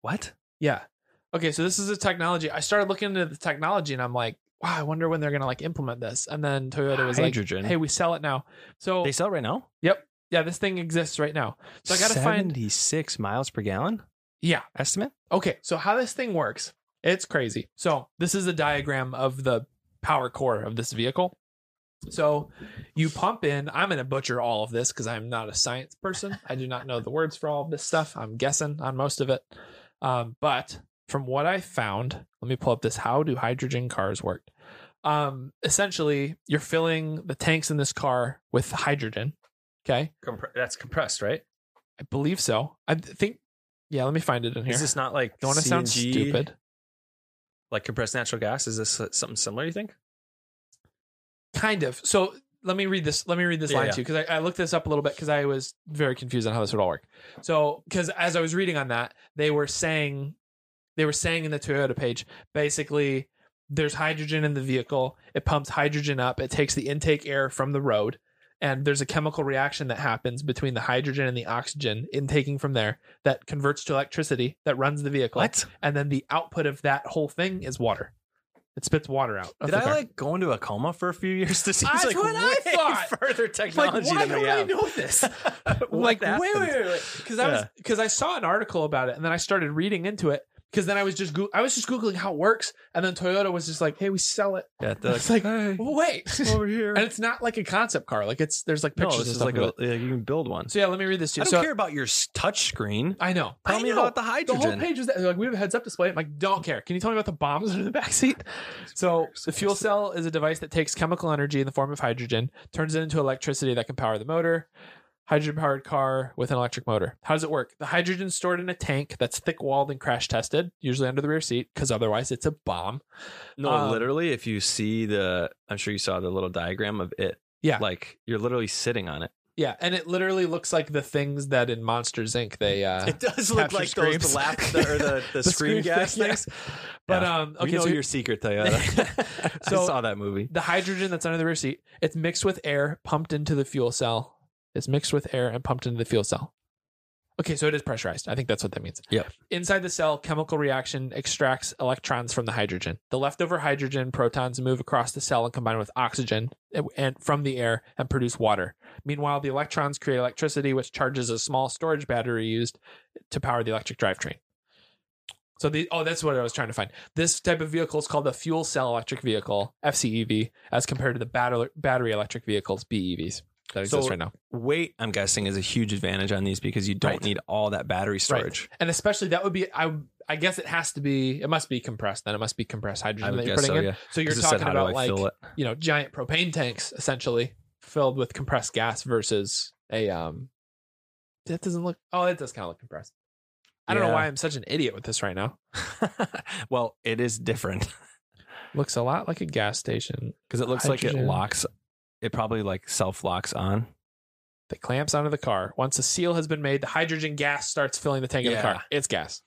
S2: What?
S1: Yeah. Okay, so this is a technology. I started looking into the technology and I'm like, wow, I wonder when they're gonna like implement this. And then Toyota was
S2: Ah, Hydrogen.
S1: like, hey, we sell it now. So
S2: They sell it right now?
S1: yeah, this thing exists right now. So I gotta find
S2: 76 miles per gallon
S1: yeah.
S2: estimate?
S1: Okay, so how this thing works, it's crazy. So, this is a diagram of the power core of this vehicle. So, you pump in, I'm going to butcher all of this because I'm not a science person. I do not know the words for all of this stuff. I'm guessing on most of it. Um, but from what I found, let me pull up this how do hydrogen cars work? Um, essentially, you're filling the tanks in this car with hydrogen. Okay,
S2: Compre- that's compressed, right?
S1: I believe so. I think, yeah, let me find it in here.
S2: Is this not like
S1: Don't want to sound stupid.
S2: like compressed natural gas? Is this uh, something similar? You think?
S1: kind of so let me read this let me read this
S2: Yeah,
S1: line
S2: yeah.
S1: to you because I, I looked this up a little bit because i was very confused on how this would all work so because as i was reading on that they were saying they were saying in the toyota page basically there's hydrogen in the vehicle. It pumps hydrogen up. It takes the intake air from the road. And there's a chemical reaction that happens between the hydrogen and the oxygen intaking from there that converts to electricity that runs the vehicle. And then the output of that whole thing is water. It spits water out. of
S2: Did
S1: the
S2: I
S1: car.
S2: like go into a coma for a few years? This seems
S1: That's
S2: like
S1: what I
S2: way
S1: thought.
S2: further technology
S1: why
S2: than we
S1: don't I
S2: have.
S1: know this?
S2: What
S1: like wait, wait,
S2: happened?
S1: wait, because I was because I saw an article about it and then I started reading into it because then I was just Goo- I was just googling how it works and then Toyota was just like, hey, we sell it.
S2: Yeah, they're
S1: It's like,
S2: "Hey,
S1: Well, wait,
S2: over here.
S1: and it's not like a concept car. Like it's there's like
S2: no,
S1: pictures.
S2: this
S1: and
S2: is
S1: stuff of
S2: like a,
S1: it.
S2: yeah, you can build one.
S1: so yeah, let me read this to
S2: I
S1: you.
S2: don't
S1: so
S2: care about your s- touch screen.
S1: I know.
S2: Tell
S1: I
S2: me
S1: know.
S2: about the
S1: the
S2: hydrogen.
S1: whole page was that like we have a heads up display. I'm like, don't care. Can you tell me about the bombs in the back seat? So the fuel cell is a device that takes chemical energy in the form of hydrogen, turns it into electricity that can power the motor. Hydrogen powered car with an electric motor. How does it work? The hydrogen is stored in a tank that's thick walled and crash tested, usually under the rear seat, because otherwise it's a bomb.
S2: No,
S1: Um,
S2: literally, if you see the, I'm sure you saw the little diagram of it.
S1: Yeah.
S2: like you're literally sitting on it.
S1: Yeah, and it literally looks like the things that in Monsters Inc. they uh,
S2: It does
S1: Capture screams.
S2: the,
S1: thing, yeah. But um,
S2: okay,
S1: okay,
S2: we know
S1: so
S2: your secret, Toyota.
S1: So-
S2: I saw that movie.
S1: the hydrogen that's under the rear seat it's mixed with air pumped into the fuel cell it's mixed with air and pumped into the fuel cell okay so it is pressurized i think that's what that means
S2: Yep.
S1: inside the cell chemical reaction extracts electrons from the hydrogen the leftover hydrogen protons move across the cell and combine with oxygen and- and from the air and produce water meanwhile the electrons create electricity which charges a small storage battery used to power the electric drivetrain so the oh, that's what I was trying to find. This type of vehicle is called a fuel cell electric vehicle (FCEV) as compared to the battery battery electric vehicles (BEVs) that exist
S2: So-
S1: right now.
S2: Weight, I'm guessing, is a huge advantage on these because you don't
S1: Right.
S2: need all that battery storage.
S1: And especially that would be I I guess it has to be it must be compressed then it must be compressed
S2: I
S1: hydrogen
S2: would
S1: that you're
S2: guess
S1: putting
S2: so,
S1: in.
S2: yeah.
S1: So you're
S2: Because it said,
S1: talking
S2: how do
S1: about
S2: I fill
S1: like
S2: it?
S1: you know giant propane tanks essentially filled with compressed gas versus a um that doesn't look oh it does kind of look compressed. I don't know
S2: Yeah.
S1: why I'm such an idiot with this right now.
S2: well, it is different
S1: Looks a lot like a gas station.
S2: because it looks like
S1: Hydrogen.
S2: it locks. It probably like self locks on.
S1: that clamps onto the car. Once a seal has been made, the hydrogen gas starts filling the tank of the
S2: Yeah.
S1: car. It's gas.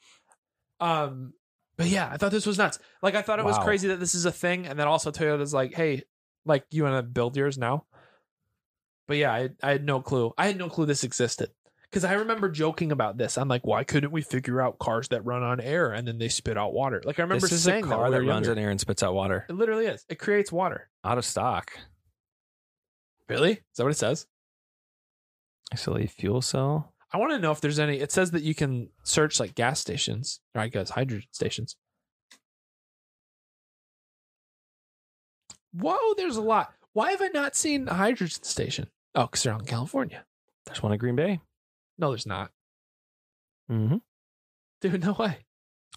S1: Um, but yeah, I thought this was nuts. Like I thought it was
S2: Wow.
S1: crazy that this is a thing, and then also Toyota's like, hey, like you want to build yours now? But yeah, I, I had no clue. I had no clue this existed. Because I remember joking about this. I'm like, why couldn't we figure out cars that run on air and then they spit out water? Like I remember
S2: This is a
S1: saying
S2: car that,
S1: that,
S2: runs on
S1: it.
S2: air and spits out water.
S1: It literally is. It creates water.
S2: Out of stock.
S1: Really? Is that what it says?
S2: Silly fuel cell.
S1: I want to know if there's any. It says that you can search like gas stations, or I guess hydrogen stations. Whoa, there's a lot. Why have I not seen a hydrogen station? Oh, because they're out in California.
S2: There's one in Green Bay.
S1: No, there's not.
S2: Mm-hmm.
S1: Dude, no way.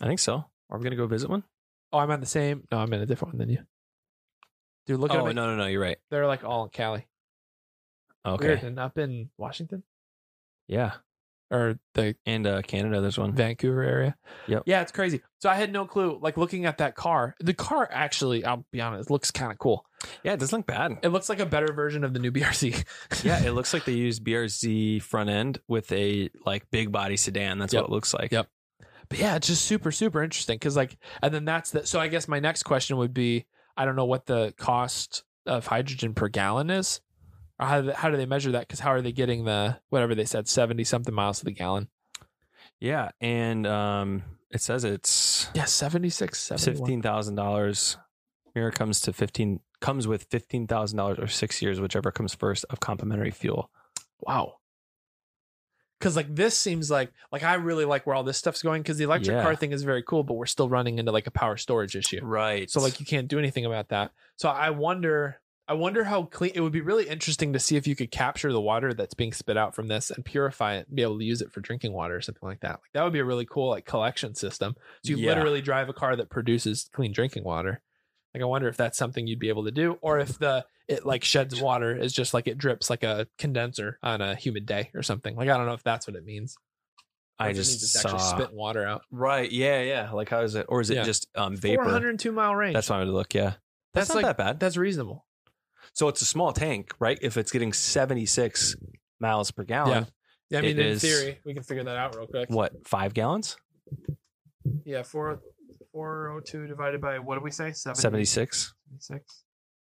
S2: I think so. Are we gonna go visit one?
S1: Oh, I'm on the same. No, I'm in a different one than you. Dude, look at
S2: oh
S1: them.
S2: no, no, no. You're right.
S1: They're like all in Cali.
S2: Okay.
S1: Weird, and up in Washington
S2: Yeah.
S1: or the
S2: And uh, Canada, there's one.
S1: Vancouver area.
S2: Yep.
S1: Yeah, it's crazy. So I had no clue. Like looking at that car, the car actually, I'll be honest, looks kind of cool.
S2: Yeah, it doesn't look bad.
S1: It looks like a better version of the new BRC.
S2: yeah, it looks like they used BRZ front end with a like big body sedan. That's
S1: Yep.
S2: what it looks like.
S1: Yep. but yeah, it's just super, super interesting. Cause like, and then that's the, so I guess my next question would be I don't know what the cost of hydrogen per gallon is. Or how, do they- how do they measure that? Because how are they getting the whatever they said seventy something miles to the gallon?
S2: Yeah, and um, it says it's
S1: Yeah, 76, 71.
S2: fifteen thousand dollars. Mirror comes to fifteen comes with fifteen thousand dollars or six years, whichever comes first of complimentary fuel.
S1: Wow. Because like this seems like like I really like where all this stuff's going because the electric
S2: Yeah.
S1: car thing is very cool, but we're still running into like a power storage issue.
S2: Right.
S1: So like you can't do anything about that. So I wonder I wonder how clean it would be really interesting to see if you could capture the water that's being spit out from this and purify it and be able to use it for drinking water or something like that. Like that would be a really cool like collection system. So you
S2: Yeah.
S1: literally drive a car that produces clean drinking water. Like I wonder if that's something you'd be able to do or if the it like sheds water is just like it drips like a condenser on a humid day or something. Like I don't know if that's what it means. Or
S2: I
S1: if it
S2: just
S1: means it's
S2: saw.
S1: actually spitting water out.
S2: Right. Yeah. Yeah. Like how is it? Or is it
S1: Yeah.
S2: just um vapor?
S1: 402 mile range.
S2: That's why I would look. Yeah.
S1: That's
S2: That's, not
S1: like-
S2: that bad.
S1: that's reasonable.
S2: So it's a small tank, right? If it's getting 76 miles per gallon,
S1: Yeah, I mean,
S2: It
S1: in
S2: is-
S1: theory, we can figure that out real quick.
S2: what, five gallons?
S1: Yeah, four 402 divided by what did we say? 70,
S2: 76.
S1: 76.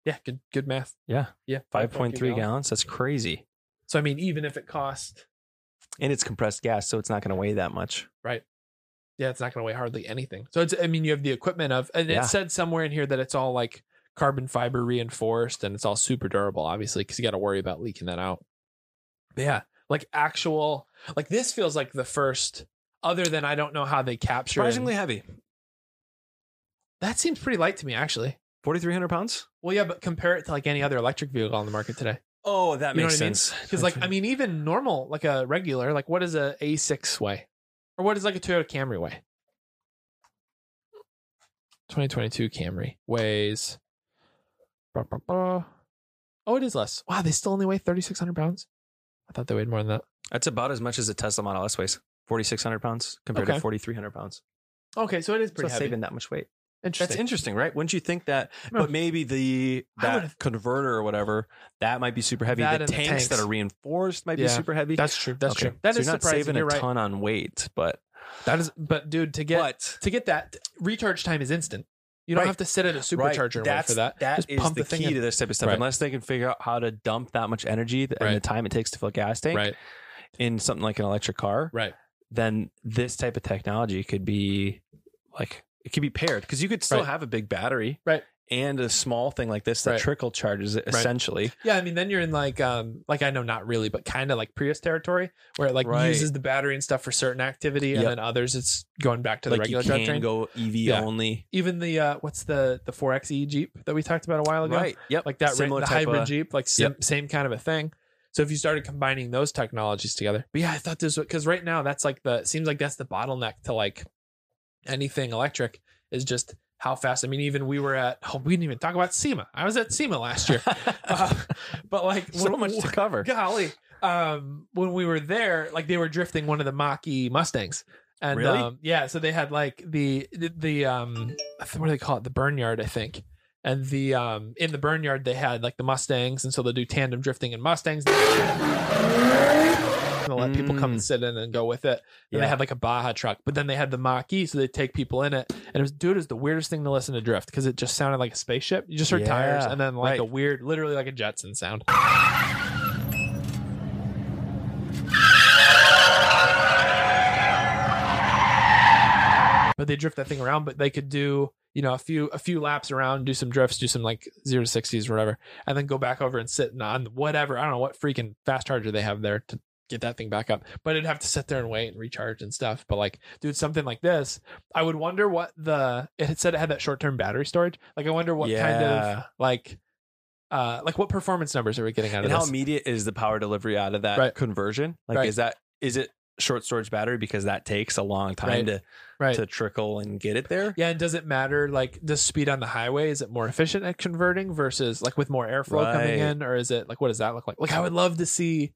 S1: Yeah, good good math.
S2: Yeah.
S1: Yeah.
S2: 5.3
S1: gallons.
S2: gallons. That's crazy.
S1: So I mean, even if it cost,
S2: And it's compressed gas, so it's not going to weigh that much.
S1: yeah, it's not going to weigh hardly anything. So it's, I mean, you have the equipment of, and
S2: Yeah.
S1: it said somewhere in here that it's all like carbon fiber reinforced and it's all super durable, obviously, because you got to worry about leaking that out. But yeah, like actual, like this feels like the first. Other than I don't know how they capture. and-
S2: Surprisingly heavy.
S1: that seems pretty light to me, actually.
S2: 4,300 pounds?
S1: Well, yeah, but compare it to like any other electric vehicle on the market today.
S2: Oh, that
S1: You know
S2: makes
S1: what I mean?
S2: sense.
S1: Because like I mean, even normal, like a regular, like what is a A6 weigh, or what is like a Toyota Camry weigh? 2022 Camry weighs. bah, bah, bah. Oh, it is less. Wow, they still only weigh 3,600 pounds. I thought they weighed more than that.
S2: That's about as much as a Tesla Model S weighs. 4,600 pounds compared
S1: Okay.
S2: to 4,300 pounds.
S1: Okay, so it is
S2: So
S1: pretty
S2: it's
S1: heavy.
S2: saving that much weight. That's
S1: Interesting.
S2: interesting, right? Wouldn't you think that?
S1: No.
S2: But maybe the
S1: I would've-
S2: that converter or whatever that might be super heavy.
S1: That
S2: the
S1: and the
S2: tanks, that
S1: tanks.
S2: are reinforced might
S1: Yeah.
S2: be super heavy.
S1: That's true. That's
S2: Okay.
S1: true. That
S2: so
S1: is
S2: you're not
S1: surprising.
S2: saving
S1: you're
S2: a
S1: right.
S2: ton on weight, but
S1: That is, but dude, to get
S2: but
S1: to get that recharge time is instant. You don't
S2: Right.
S1: have to sit at a
S2: Right,
S1: supercharger and wait
S2: that's-
S1: for that.
S2: That
S1: Just
S2: is
S1: pump
S2: the,
S1: the thing
S2: key
S1: in.
S2: to this type of stuff.
S1: Right.
S2: Unless they can figure out how to dump that much energy th- and
S1: Right.
S2: the time it takes to fill a gas tank
S1: Right.
S2: in something like an electric car,
S1: Right.
S2: then this type of technology could be like it could be paired because you could still
S1: Right.
S2: have a big battery,
S1: Right.
S2: and a small thing like this that
S1: Right.
S2: trickle charges it
S1: Right.
S2: essentially.
S1: Yeah, I mean, then you're in like, um, like I know not really, but kind of like Prius territory, where it like
S2: Right.
S1: uses the battery and stuff for certain activity, and
S2: Yep.
S1: then others it's going back to the
S2: like you
S1: regular
S2: can
S1: drivetrain.
S2: go EV
S1: Yeah.
S2: only.
S1: Even the uh, what's the the 4xe Jeep that we talked about a while ago,
S2: Yep.
S1: like that
S2: Similar
S1: the
S2: type
S1: hybrid
S2: of-
S1: Jeep, like sim- same kind of a thing. So if you started combining those technologies together, but yeah, I thought this because right now that's like the it seems like that's the bottleneck to like anything electric is just how fast. I mean, even we were at oh, we didn't even talk about SEMA. I was at SEMA last year, Uh, but like
S2: so
S1: when-
S2: much to cover.
S1: golly um when we were there like they were drifting one of the mach-e mustangs and
S2: Really?
S1: um yeah so they had like the the, the um what do they call it the burn yard i think and the um in the burn yard they had like the mustangs and so they'll do tandem drifting in mustangs they'll let people come and sit in and go with it and they
S2: Yeah.
S1: had like a baja truck but then they had the mach-e so they take people in it and it was dude it was the weirdest thing to listen to drift because it just sounded like a spaceship you just heard tires
S2: Yeah,
S1: and then like
S2: right.
S1: a weird literally like a jetson sound but they drift that thing around but they could do you know a few a few laps around do some drifts do some like zero to 60s or whatever and then go back over and sit on whatever i don't know what freaking fast charger they have there to get that thing back up but it'd have to sit there and wait and recharge and stuff but like dude something like this i would wonder what the it had said it had that short-term battery storage like i wonder what kind of
S2: Yeah.
S1: like uh like what performance numbers are we getting out of
S2: And how
S1: this
S2: immediate is the power delivery out of that
S1: Right.
S2: conversion? Like,
S1: Right.
S2: is that is it short storage battery because that takes a long time
S1: Right.
S2: to
S1: right
S2: to trickle and get it there?
S1: Yeah, and does it matter like the speed on the highway? Is it more efficient at converting versus like with more airflow coming
S2: Right.
S1: in, or is it like what does that look like? Like I would love to see,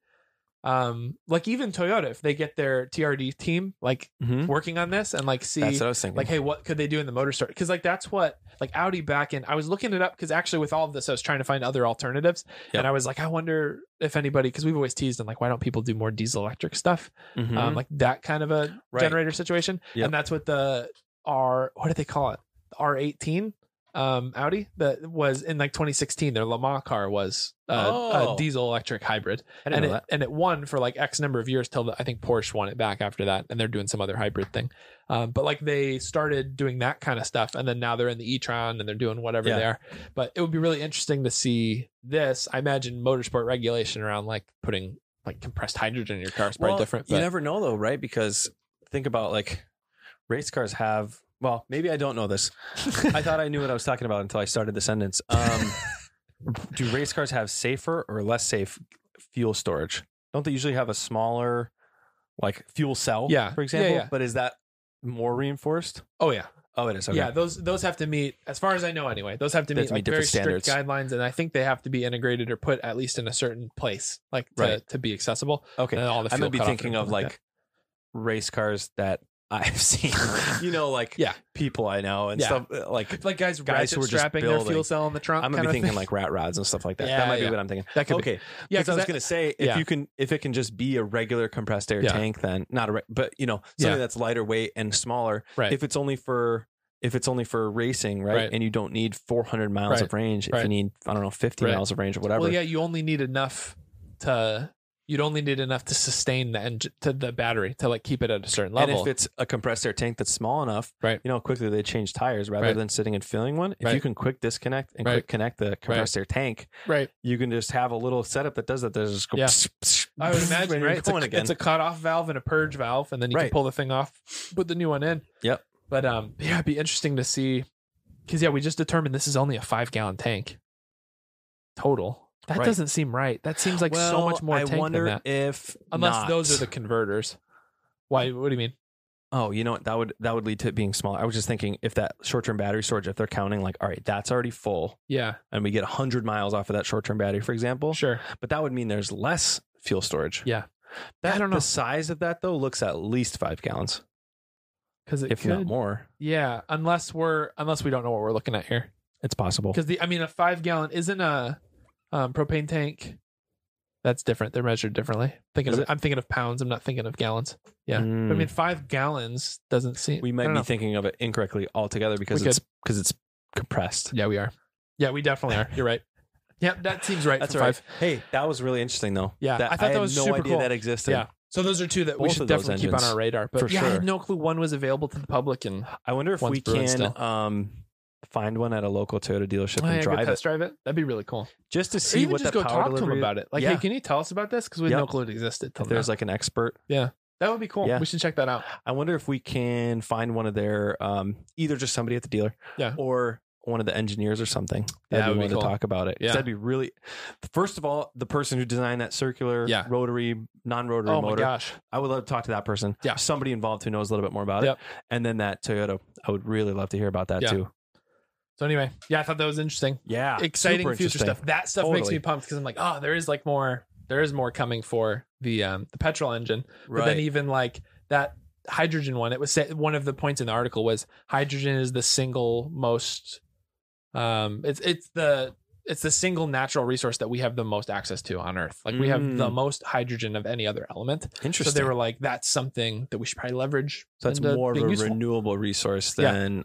S1: um, like even Toyota if they get their TRD team like
S2: Mhm.
S1: working on this and like see
S2: That's what I was thinking.
S1: like hey what could they do in the motor start because like that's what like audi back in i was looking it up because actually with all of this i was trying to find other alternatives
S2: Yep.
S1: and i was like i wonder if anybody because we've always teased and like why don't people do more diesel electric stuff
S2: Mhm.
S1: um, like that kind of a
S2: Right.
S1: generator situation.
S2: Yep.
S1: And that's what the R what did they call it? The R18 um, Audi that was in like 2016. Their Lama car was uh, a
S2: Oh.
S1: diesel electric hybrid,
S2: I didn't
S1: and
S2: know
S1: it
S2: that.
S1: and it won for like X number of years till the, I think Porsche won it back after that, and they're doing some other hybrid thing. Um, but like they started doing that kind of stuff, and then now they're in the e-tron and they're doing whatever
S2: Yeah.
S1: they are. But it would be really interesting to see this. I imagine motorsport regulation around like putting like compressed hydrogen in your car is probably
S2: Well,
S1: different.
S2: You
S1: but-
S2: never know though, right? Because think about like race cars have. Well, maybe I don't know this. I thought I knew what I was talking about until I started the sentence. Um, do race cars have safer or less safe fuel storage? Don't they usually have a smaller, like fuel cell?
S1: Yeah.
S2: for
S1: Yeah,
S2: example.
S1: yeah.
S2: But is that more reinforced?
S1: oh yeah.
S2: Oh, it is. Okay.
S1: Yeah, those those have to meet, as far as I know, anyway. Those have to
S2: They
S1: meet,
S2: have to
S1: like,
S2: meet
S1: very
S2: different standards.
S1: strict guidelines, and I think they have to be integrated or put at least in a certain place, like to,
S2: Right.
S1: to be accessible.
S2: Okay.
S1: And all Uh, the
S2: I
S1: fuel
S2: might be
S1: cutoff and
S2: thinking of
S1: everything
S2: like race cars that I've seen. you know, like
S1: Yeah.
S2: people I know and
S1: Yeah.
S2: stuff uh, like.
S1: that. like guys,
S2: guys
S1: ratchet
S2: who were just
S1: strapping their fuel
S2: building.
S1: cell in the trunk.
S2: I'm gonna
S1: kind
S2: be
S1: of
S2: thinking
S1: thing.
S2: like rat rods and stuff like that.
S1: Yeah,
S2: that might
S1: yeah.
S2: be what I'm thinking.
S1: that could be
S2: okay,
S1: yeah.
S2: because I was
S1: that-
S2: gonna say if
S1: yeah.
S2: you can if it can just be a regular compressed air
S1: Yeah.
S2: tank, then not a re- but you know something
S1: Yeah.
S2: that's lighter weight and smaller.
S1: Right.
S2: If it's only for if it's only for racing, right?
S1: Right.
S2: And you don't need 400 miles
S1: Right.
S2: of range. If
S1: Right.
S2: you need, I don't know, 50
S1: Right.
S2: miles of range or whatever.
S1: Well, yeah, you only need enough to you'd only need enough to sustain the engine to the battery to like keep it at a certain level.
S2: And if it's a compressed air tank that's small enough,
S1: Right.
S2: you know, quickly they change tires rather
S1: Right.
S2: than sitting and filling one. If
S1: Right.
S2: you can quick disconnect and
S1: Right.
S2: quick connect the compressed air tank,
S1: right.
S2: you can just have a little setup that does that. There's just go
S1: Yeah.
S2: pss, pss,
S1: I would
S2: pss,
S1: imagine,
S2: and you're
S1: right? It's a,
S2: going again.
S1: it's a cutoff valve and a purge valve, and then you can
S2: Right.
S1: pull the thing off, put the new one in.
S2: Yep.
S1: But um, yeah, it'd be interesting to see, because yeah, we just determined this is only a five gallon tank total. That
S2: Right.
S1: doesn't seem right. That seems like so
S2: Well,
S1: much more
S2: I
S1: tank
S2: wonder
S1: than that.
S2: if
S1: Unless
S2: not-
S1: those are the converters. Why? What do you mean?
S2: Oh, you know what? That would that would lead to it being smaller. I was just thinking if that short term battery storage, if they're counting like, all right, that's already full,
S1: Yeah,
S2: and we get hundred miles off of that short term battery, for example.
S1: sure.
S2: But that would mean there's less fuel storage.
S1: Yeah.
S2: That,
S1: I don't know.
S2: The size of that though looks at least five gallons,
S1: Because it
S2: if
S1: could,
S2: not more.
S1: yeah. Unless we're unless we don't know what we're looking at here.
S2: It's possible.
S1: Because the I mean, a five gallon isn't a um, propane tank. That's different. They're measured differently. Thinking
S2: Is
S1: of,
S2: it?
S1: I'm thinking of pounds. I'm not thinking of gallons. Yeah, But I
S2: Mm.
S1: mean, five gallons doesn't seem.
S2: we
S1: I
S2: might
S1: don't
S2: be
S1: know.
S2: thinking of it incorrectly altogether because
S1: We
S2: it's because it's compressed.
S1: Yeah, we are. Yeah, we definitely are. You're right. Yeah, that seems right.
S2: That's
S1: for
S2: right.
S1: five.
S2: Hey, that was really interesting though.
S1: Yeah,
S2: that,
S1: I thought that
S2: had
S1: was
S2: no
S1: super
S2: idea
S1: cool.
S2: that existed.
S1: Yeah. So those are two that we
S2: Both
S1: should
S2: of those
S1: definitely keep on
S2: engines,
S1: our radar. But
S2: for
S1: yeah, I
S2: sure.
S1: had no clue one was available to the public and
S2: I wonder if
S1: One's
S2: we
S1: brewing
S2: can
S1: still.
S2: um, find one at a local Toyota dealership
S1: Oh, yeah,
S2: and
S1: go
S2: drive it
S1: test drive it. That'd be really cool.
S2: just to
S1: or
S2: see
S1: even
S2: what
S1: just
S2: that
S1: go
S2: power
S1: talk to them
S2: delivery
S1: about it. Like, hey,
S2: Yeah.
S1: can you tell us about this? Because we had no
S2: Yep.
S1: clue it existed. Till
S2: If there's
S1: now.
S2: like an expert.
S1: that would be cool.
S2: Yeah.
S1: We should check that out.
S2: I wonder if we can find one of their um, either just somebody at the dealer,
S1: Yeah.
S2: or one of the engineers or something.
S1: Yeah,
S2: That'd
S1: that would
S2: be
S1: be
S2: willing
S1: cool.
S2: to talk about it. 'Cause
S1: Yeah.
S2: That'd be really. First of all, the person who designed that circular
S1: Yeah.
S2: rotary, non-rotary
S1: Oh my
S2: motor,
S1: gosh.
S2: I would love to talk to that person.
S1: Yeah.
S2: somebody involved who knows a little bit more about
S1: Yep.
S2: it, and then that Toyota. I would really love to hear about that
S1: Yeah.
S2: too.
S1: So anyway, yeah, I thought that was interesting.
S2: Yeah,
S1: Exciting
S2: Ah, super
S1: future
S2: interesting.
S1: stuff. That stuff makes
S2: Totally.
S1: me pumped because I'm like, oh, there is like more. There is more coming for the um the petrol engine. But then even like that hydrogen one, it was said one of the points in the article was hydrogen is the single most um it's it's the it's the single natural resource that we have the most access to on earth. Like we have
S2: Mm.
S1: the most hydrogen of any other element. So
S2: Interesting.
S1: they were uh, like, that's something that we should probably leverage.
S2: So that's
S1: into
S2: more of
S1: being
S2: a
S1: useful.
S2: renewable resource
S1: Yeah.
S2: than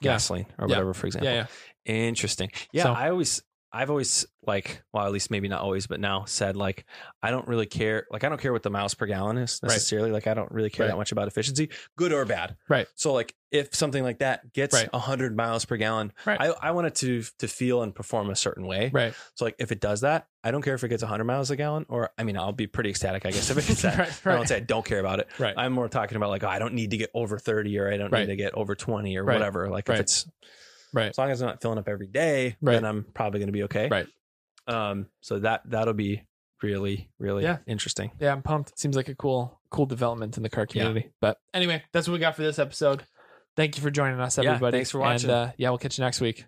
S1: Yeah.
S2: gasoline or
S1: Yeah.
S2: whatever, for example.
S1: Yeah, yeah.
S2: Interesting. Yeah,
S1: So-
S2: I always I've always like well at least maybe not always but now said like I don't really care like I don't care what the miles per gallon is
S1: Right.
S2: necessarily like I don't really care
S1: Right.
S2: that much about efficiency good or bad
S1: Right.
S2: so like if something like that gets
S1: Right.
S2: 100 miles per gallon
S1: Right.
S2: I, I want it to to feel and perform a certain way
S1: Right.
S2: so like if it does that I don't care if it gets 100 miles a gallon or I mean I'll be pretty ecstatic I guess if it gets that
S1: right,
S2: I don't say I don't care about it
S1: Right.
S2: I'm more talking about like oh, I don't need to get over 30 or I don't
S1: Right.
S2: need to get over 20 or
S1: Right.
S2: whatever like
S1: Right.
S2: if it's
S1: Right.
S2: as long as I'm not filling up every day,
S1: Right.
S2: then I'm probably going to be okay.
S1: Right.
S2: Um. So that that'll be really really
S1: Yeah.
S2: interesting.
S1: Yeah, I'm pumped. Seems like a cool, cool development in the car community. But anyway, that's what we got for this episode. Thank you for joining us,
S2: Yeah,
S1: everybody.
S2: thanks for watching.
S1: And, uh, yeah, we'll catch you next week.